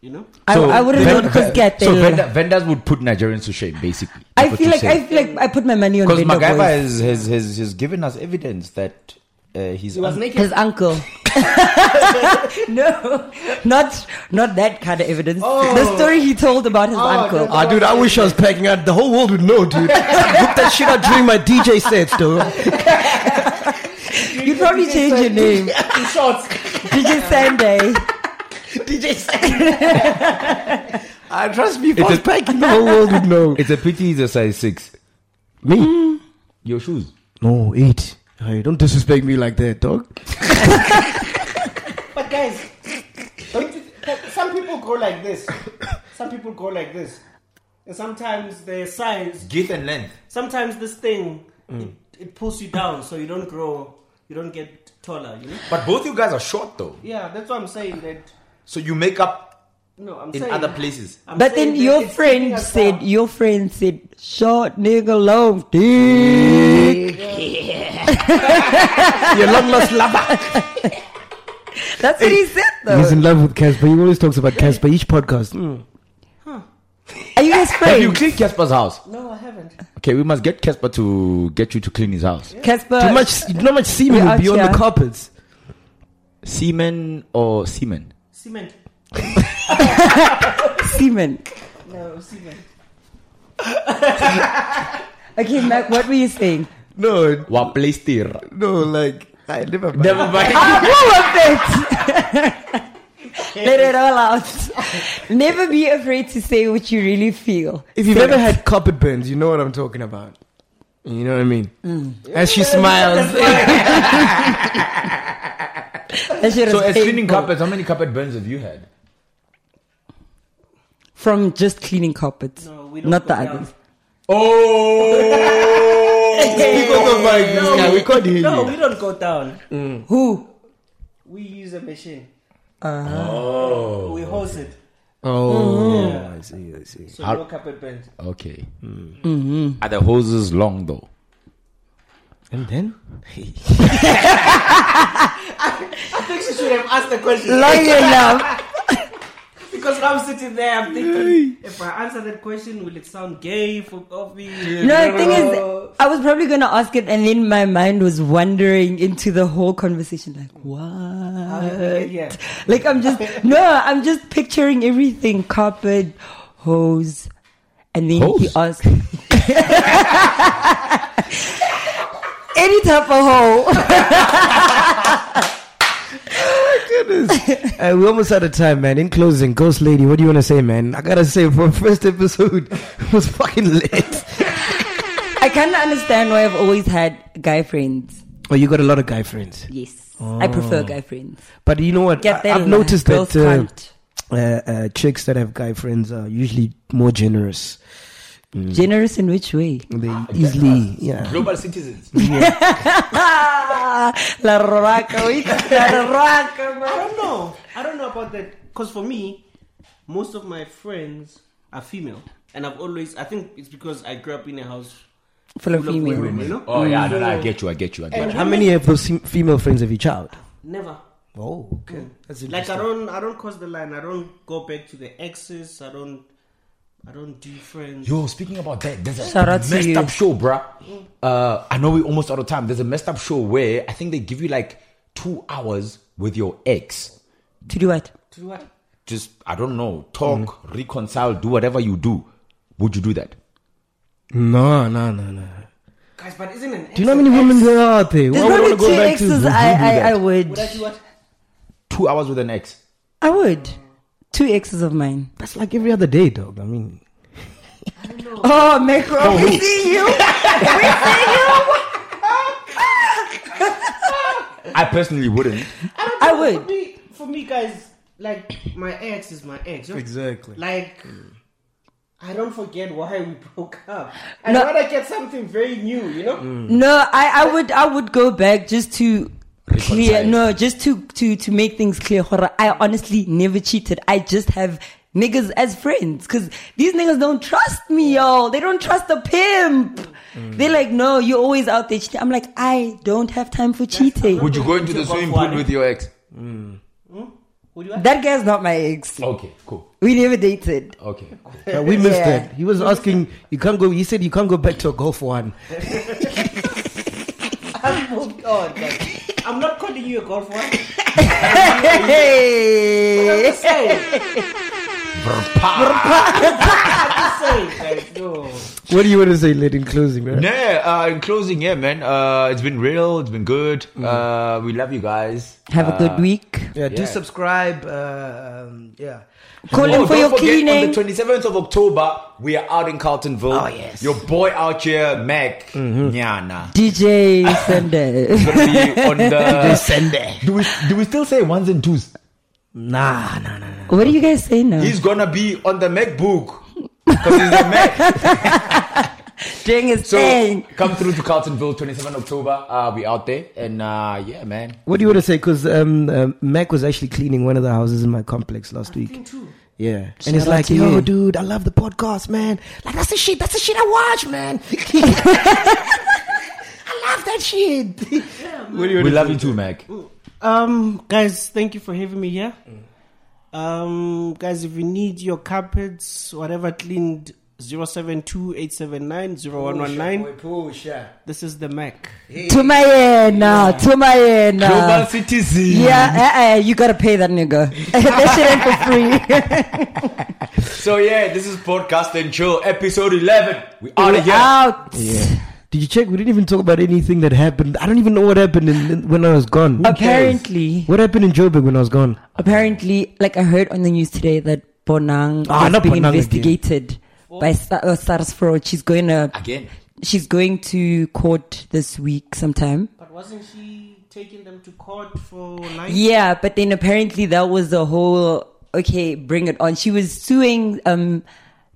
[SPEAKER 4] You know.
[SPEAKER 2] I, I wouldn't
[SPEAKER 3] Vend-
[SPEAKER 2] know because get
[SPEAKER 3] So vendor, vendors would put Nigerians to shame, basically.
[SPEAKER 2] I feel like I feel like I put my money on
[SPEAKER 3] because
[SPEAKER 2] Vendor
[SPEAKER 3] MacGyver
[SPEAKER 2] Boys.
[SPEAKER 3] has, has, has, has given us evidence that uh, he's
[SPEAKER 4] He was
[SPEAKER 3] un-
[SPEAKER 4] naked.
[SPEAKER 2] His uncle. no, not not that kind of evidence.
[SPEAKER 4] Oh.
[SPEAKER 2] The story he told about his uncle.
[SPEAKER 1] Ah, dude, I wish I was packing out. The whole world would know, dude. Whip that shit out during my DJ sets, dude.
[SPEAKER 2] You'd probably change your name.
[SPEAKER 4] In shorts.
[SPEAKER 2] DJ Sunday.
[SPEAKER 4] DJ Sam.
[SPEAKER 3] I trust me,
[SPEAKER 1] It's a, the whole world would know.
[SPEAKER 3] It's a pity he's a size six.
[SPEAKER 1] Me?
[SPEAKER 3] Your shoes.
[SPEAKER 1] No, eight. Hey, don't disrespect me like that, dog.
[SPEAKER 4] But guys, don't you, like, some people go like this. Some people go like this. And sometimes their size,
[SPEAKER 3] Girth and length.
[SPEAKER 4] sometimes this thing, it, it pulls you down so you don't grow, you don't get taller. You know?
[SPEAKER 3] But both you guys are short though.
[SPEAKER 4] Yeah, that's what I'm saying. That
[SPEAKER 3] So you make up
[SPEAKER 4] no, I'm
[SPEAKER 3] in
[SPEAKER 4] saying
[SPEAKER 3] other places.
[SPEAKER 4] I'm
[SPEAKER 2] But then
[SPEAKER 4] saying that
[SPEAKER 2] your
[SPEAKER 4] it's keeping
[SPEAKER 2] friend
[SPEAKER 4] us
[SPEAKER 2] said,
[SPEAKER 4] down.
[SPEAKER 2] your friend said, short nigga long dick.
[SPEAKER 1] Your long lost lover.
[SPEAKER 2] That's what he said
[SPEAKER 1] He's
[SPEAKER 2] though.
[SPEAKER 1] in love with Casper. He always talks about Casper each podcast.
[SPEAKER 2] Are you guys
[SPEAKER 3] Have you
[SPEAKER 2] friends?
[SPEAKER 3] cleaned Casper's house?
[SPEAKER 4] "No, I haven't."
[SPEAKER 3] Okay, we must get Casper to get you to clean his house.
[SPEAKER 2] Casper.
[SPEAKER 1] Too much, not much semen
[SPEAKER 2] We're
[SPEAKER 1] will be on
[SPEAKER 2] out
[SPEAKER 1] the
[SPEAKER 2] here.
[SPEAKER 1] carpets.
[SPEAKER 3] Seaman or seaman?
[SPEAKER 4] Cement.
[SPEAKER 2] semen.
[SPEAKER 4] No, cement.
[SPEAKER 2] Okay, Mac, what were you saying?
[SPEAKER 1] No,
[SPEAKER 3] Wa plaster.
[SPEAKER 1] no, like I never.
[SPEAKER 3] Never mind.
[SPEAKER 2] Ah, full of it. Let it all out. Never be afraid to say what you really feel.
[SPEAKER 1] If you've ever had carpet burns, you know what I'm talking about. You know what I mean? As she smiles,
[SPEAKER 2] That shit
[SPEAKER 3] so
[SPEAKER 2] is
[SPEAKER 3] as cleaning
[SPEAKER 2] painful.
[SPEAKER 3] carpets, how many carpet burns have you had?
[SPEAKER 2] From just cleaning carpets.
[SPEAKER 4] No, we don't
[SPEAKER 2] Not
[SPEAKER 4] go
[SPEAKER 2] the
[SPEAKER 4] down.
[SPEAKER 2] others.
[SPEAKER 3] Oh,
[SPEAKER 4] No,
[SPEAKER 1] Yeah, we can't hear
[SPEAKER 4] No,
[SPEAKER 1] you.
[SPEAKER 4] we don't go down.
[SPEAKER 2] Who?
[SPEAKER 4] We use a machine. Oh. We hose it.
[SPEAKER 1] Oh, I see, I see.
[SPEAKER 4] So no carpet bend.
[SPEAKER 3] okay. Are the hoses long though?
[SPEAKER 1] And then?
[SPEAKER 4] I think she should have asked the question.
[SPEAKER 2] Long enough.
[SPEAKER 4] Because I'm sitting there, I'm thinking, if I answer that question, will it sound gay for coffee?
[SPEAKER 2] No, the thing is, I was probably going to ask it, and then my mind was wandering into the whole conversation. Like, what?
[SPEAKER 4] Uh, Yeah.
[SPEAKER 2] Like, I'm just, no, I'm just picturing everything carpet, hose. And then he
[SPEAKER 3] Hose?
[SPEAKER 2] asked. Any type of hole.
[SPEAKER 1] Uh, we almost out of time, man. In closing, Ghost Lady, what do you want to say, man? I gotta say, for first episode, it was fucking lit.
[SPEAKER 2] I kind of understand why I've always had guy friends.
[SPEAKER 1] Oh, you got a lot of guy friends,
[SPEAKER 2] Yes. I prefer guy friends.
[SPEAKER 1] but you know what?
[SPEAKER 2] Get
[SPEAKER 1] I,
[SPEAKER 2] that
[SPEAKER 1] have noticed
[SPEAKER 2] girls
[SPEAKER 1] that uh,
[SPEAKER 2] can't.
[SPEAKER 1] uh, uh, chicks that have guy friends are usually more generous.
[SPEAKER 2] Generous in which way?
[SPEAKER 1] They easily, yeah.
[SPEAKER 3] Global citizens.
[SPEAKER 2] Ah, La Roraca, we- La Roraca,
[SPEAKER 4] I
[SPEAKER 2] man.
[SPEAKER 4] don't know. I don't know about that. Because for me, most of my friends are female. And I've always, I think it's because I grew up in a house
[SPEAKER 2] Full of
[SPEAKER 4] full of women,
[SPEAKER 2] female.
[SPEAKER 4] you know?
[SPEAKER 3] Oh yeah, no, no, I get you. I get you. I get you.
[SPEAKER 1] How many of those fem- female friends have you child?
[SPEAKER 4] Never.
[SPEAKER 1] Oh, okay. That's
[SPEAKER 4] Like
[SPEAKER 1] interesting.
[SPEAKER 4] I don't, I don't cross the line. I don't go back to the exes. I don't, I don't do friends.
[SPEAKER 3] Yo, speaking about that, there's a
[SPEAKER 2] Shout out to
[SPEAKER 3] messed
[SPEAKER 2] you.
[SPEAKER 3] up show, bruh. Uh, I know we're almost out of time. There's a messed up show where I think they give you like two hours with your ex.
[SPEAKER 2] To do what?
[SPEAKER 4] To what?
[SPEAKER 3] Just I don't know, talk,
[SPEAKER 2] Mm.
[SPEAKER 3] reconcile, do whatever you do. Would you do that?
[SPEAKER 1] No, no, no, no.
[SPEAKER 4] Guys, but isn't an ex?
[SPEAKER 1] Do you know how many women there are out there? Why
[SPEAKER 2] There's
[SPEAKER 1] would I
[SPEAKER 2] probably
[SPEAKER 1] wanna go
[SPEAKER 2] two
[SPEAKER 1] back to
[SPEAKER 2] exes
[SPEAKER 1] voodoo
[SPEAKER 2] I, I, I
[SPEAKER 1] that?
[SPEAKER 2] would.
[SPEAKER 4] Would I do what?
[SPEAKER 3] Two hours with an ex.
[SPEAKER 2] I would. Two exes of mine.
[SPEAKER 1] That's like every other day, dog. I mean,
[SPEAKER 2] Oh, Macro, we see you.
[SPEAKER 3] I personally wouldn't.
[SPEAKER 2] I
[SPEAKER 4] For
[SPEAKER 2] would.
[SPEAKER 4] me, for me, guys, like my ex is my ex. you know?
[SPEAKER 1] Exactly. Mm.
[SPEAKER 4] Like, I don't forget why we broke up. I'd
[SPEAKER 2] No.
[SPEAKER 4] rather get something very new, you
[SPEAKER 1] Mm.
[SPEAKER 4] know.
[SPEAKER 2] No, I, I would I would go back just to clear
[SPEAKER 3] Reconcile.
[SPEAKER 2] no, just to to to make things clear. Hora, I honestly never cheated. I just have niggas as friends because these niggas don't trust me, yo. They don't trust the pimp.
[SPEAKER 1] Mm.
[SPEAKER 2] They're like, no, you're always out there cheating. I'm like, I don't have time for cheating.
[SPEAKER 3] Would you go into the swimming pool with your ex?
[SPEAKER 4] Would you?
[SPEAKER 2] That guy's not my ex.
[SPEAKER 3] Okay, cool.
[SPEAKER 2] We never dated.
[SPEAKER 3] Okay.
[SPEAKER 1] Uh, we missed
[SPEAKER 2] Yeah.
[SPEAKER 1] that. He was asking, you can't go. He said you can't go back to a golf one.
[SPEAKER 4] I've moved on. Like, Oh, I'm not calling you a golfer.
[SPEAKER 2] Hey,
[SPEAKER 4] Say, Say, guys, no.
[SPEAKER 1] What do you want to say, late in closing, man?
[SPEAKER 3] Yeah, uh, in closing, yeah, man. Uh, it's been real. It's been good.
[SPEAKER 2] Mm.
[SPEAKER 3] Uh, we love you guys.
[SPEAKER 2] Have a good week.
[SPEAKER 1] Yeah, do
[SPEAKER 3] Yeah.
[SPEAKER 1] subscribe. Uh, um, yeah.
[SPEAKER 2] Call him
[SPEAKER 3] Oh,
[SPEAKER 2] for
[SPEAKER 3] don't
[SPEAKER 2] your
[SPEAKER 3] forget,
[SPEAKER 2] cleaning.
[SPEAKER 3] On the 27th of October, we are out in Carltonville.
[SPEAKER 1] Oh, yes.
[SPEAKER 3] Your boy out here, Mac Nyana.
[SPEAKER 2] DJ Sunday.
[SPEAKER 3] Gonna be on the.
[SPEAKER 1] Sunday.
[SPEAKER 3] Do we, do we still say ones and twos?
[SPEAKER 1] Nah, nah, nah, nah.
[SPEAKER 2] what do you guys say now?
[SPEAKER 3] He's gonna be on the MacBook. Because he's a Mac.
[SPEAKER 2] doing his
[SPEAKER 3] So
[SPEAKER 2] thing.
[SPEAKER 3] come through to Carltonville, 27th October. Uh, we out there. And uh, yeah, man.
[SPEAKER 1] What do you want to say? Because um, um, Mac was actually cleaning one of the houses in my complex last week. Yeah. and it's
[SPEAKER 2] out
[SPEAKER 1] like,
[SPEAKER 2] to
[SPEAKER 1] yo,
[SPEAKER 2] you.
[SPEAKER 1] dude, I love the podcast, man. Like, that's the shit. That's the shit I watch, man. I love that shit.
[SPEAKER 3] We love you too, Mac.
[SPEAKER 4] Um, guys, thank you for having me here. Um, guys, if you need your carpets, whatever cleaned, 072 Oh, This is the Mac.
[SPEAKER 2] To my end now. To my end now.
[SPEAKER 3] Global citizen.
[SPEAKER 2] Yeah, uh, uh, you gotta pay that nigga. that shit ain't for free.
[SPEAKER 3] So yeah, this is podcast and chill, episode eleven. We out
[SPEAKER 2] We're
[SPEAKER 3] of here.
[SPEAKER 2] out.
[SPEAKER 1] Did you check? We didn't even talk about anything that happened. I don't even know what happened in, in- when I was gone. Who cares?
[SPEAKER 2] Apparently,
[SPEAKER 1] What happened in Joburg when I was gone?
[SPEAKER 2] apparently, like I heard on the news today that Bonang
[SPEAKER 1] Ah,
[SPEAKER 2] is
[SPEAKER 1] not
[SPEAKER 2] being
[SPEAKER 1] Bonang again.
[SPEAKER 2] investigated by Sa- uh, SARS fraud. She's going to
[SPEAKER 3] Again.
[SPEAKER 2] She's going to court this week sometime.
[SPEAKER 4] But wasn't she taking them to court for lying?
[SPEAKER 2] Yeah, but then apparently that was the whole okay, bring it on. She was suing um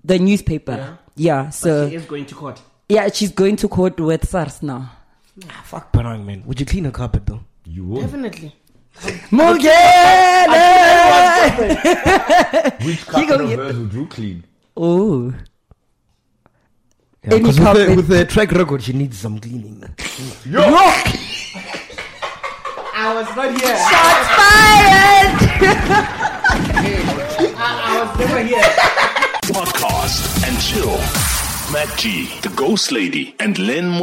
[SPEAKER 2] the newspaper. Yeah, so
[SPEAKER 4] She is going to court.
[SPEAKER 2] yeah, she's going to court with SARS now.
[SPEAKER 1] Ah, Fuck Parang, man. Would you clean her carpet though?
[SPEAKER 3] You will.
[SPEAKER 4] Definitely.
[SPEAKER 2] Morgan!
[SPEAKER 3] Which
[SPEAKER 2] go
[SPEAKER 3] couple of
[SPEAKER 2] get
[SPEAKER 3] girls would you clean?
[SPEAKER 2] Oh, Any
[SPEAKER 1] Because with, the,
[SPEAKER 2] carpet.
[SPEAKER 1] with the track record, she needs some cleaning.
[SPEAKER 4] I was not here.
[SPEAKER 2] shots fired!
[SPEAKER 5] Podcast and chill. Matt G, the Ghost Lady, and Lynn. Mo-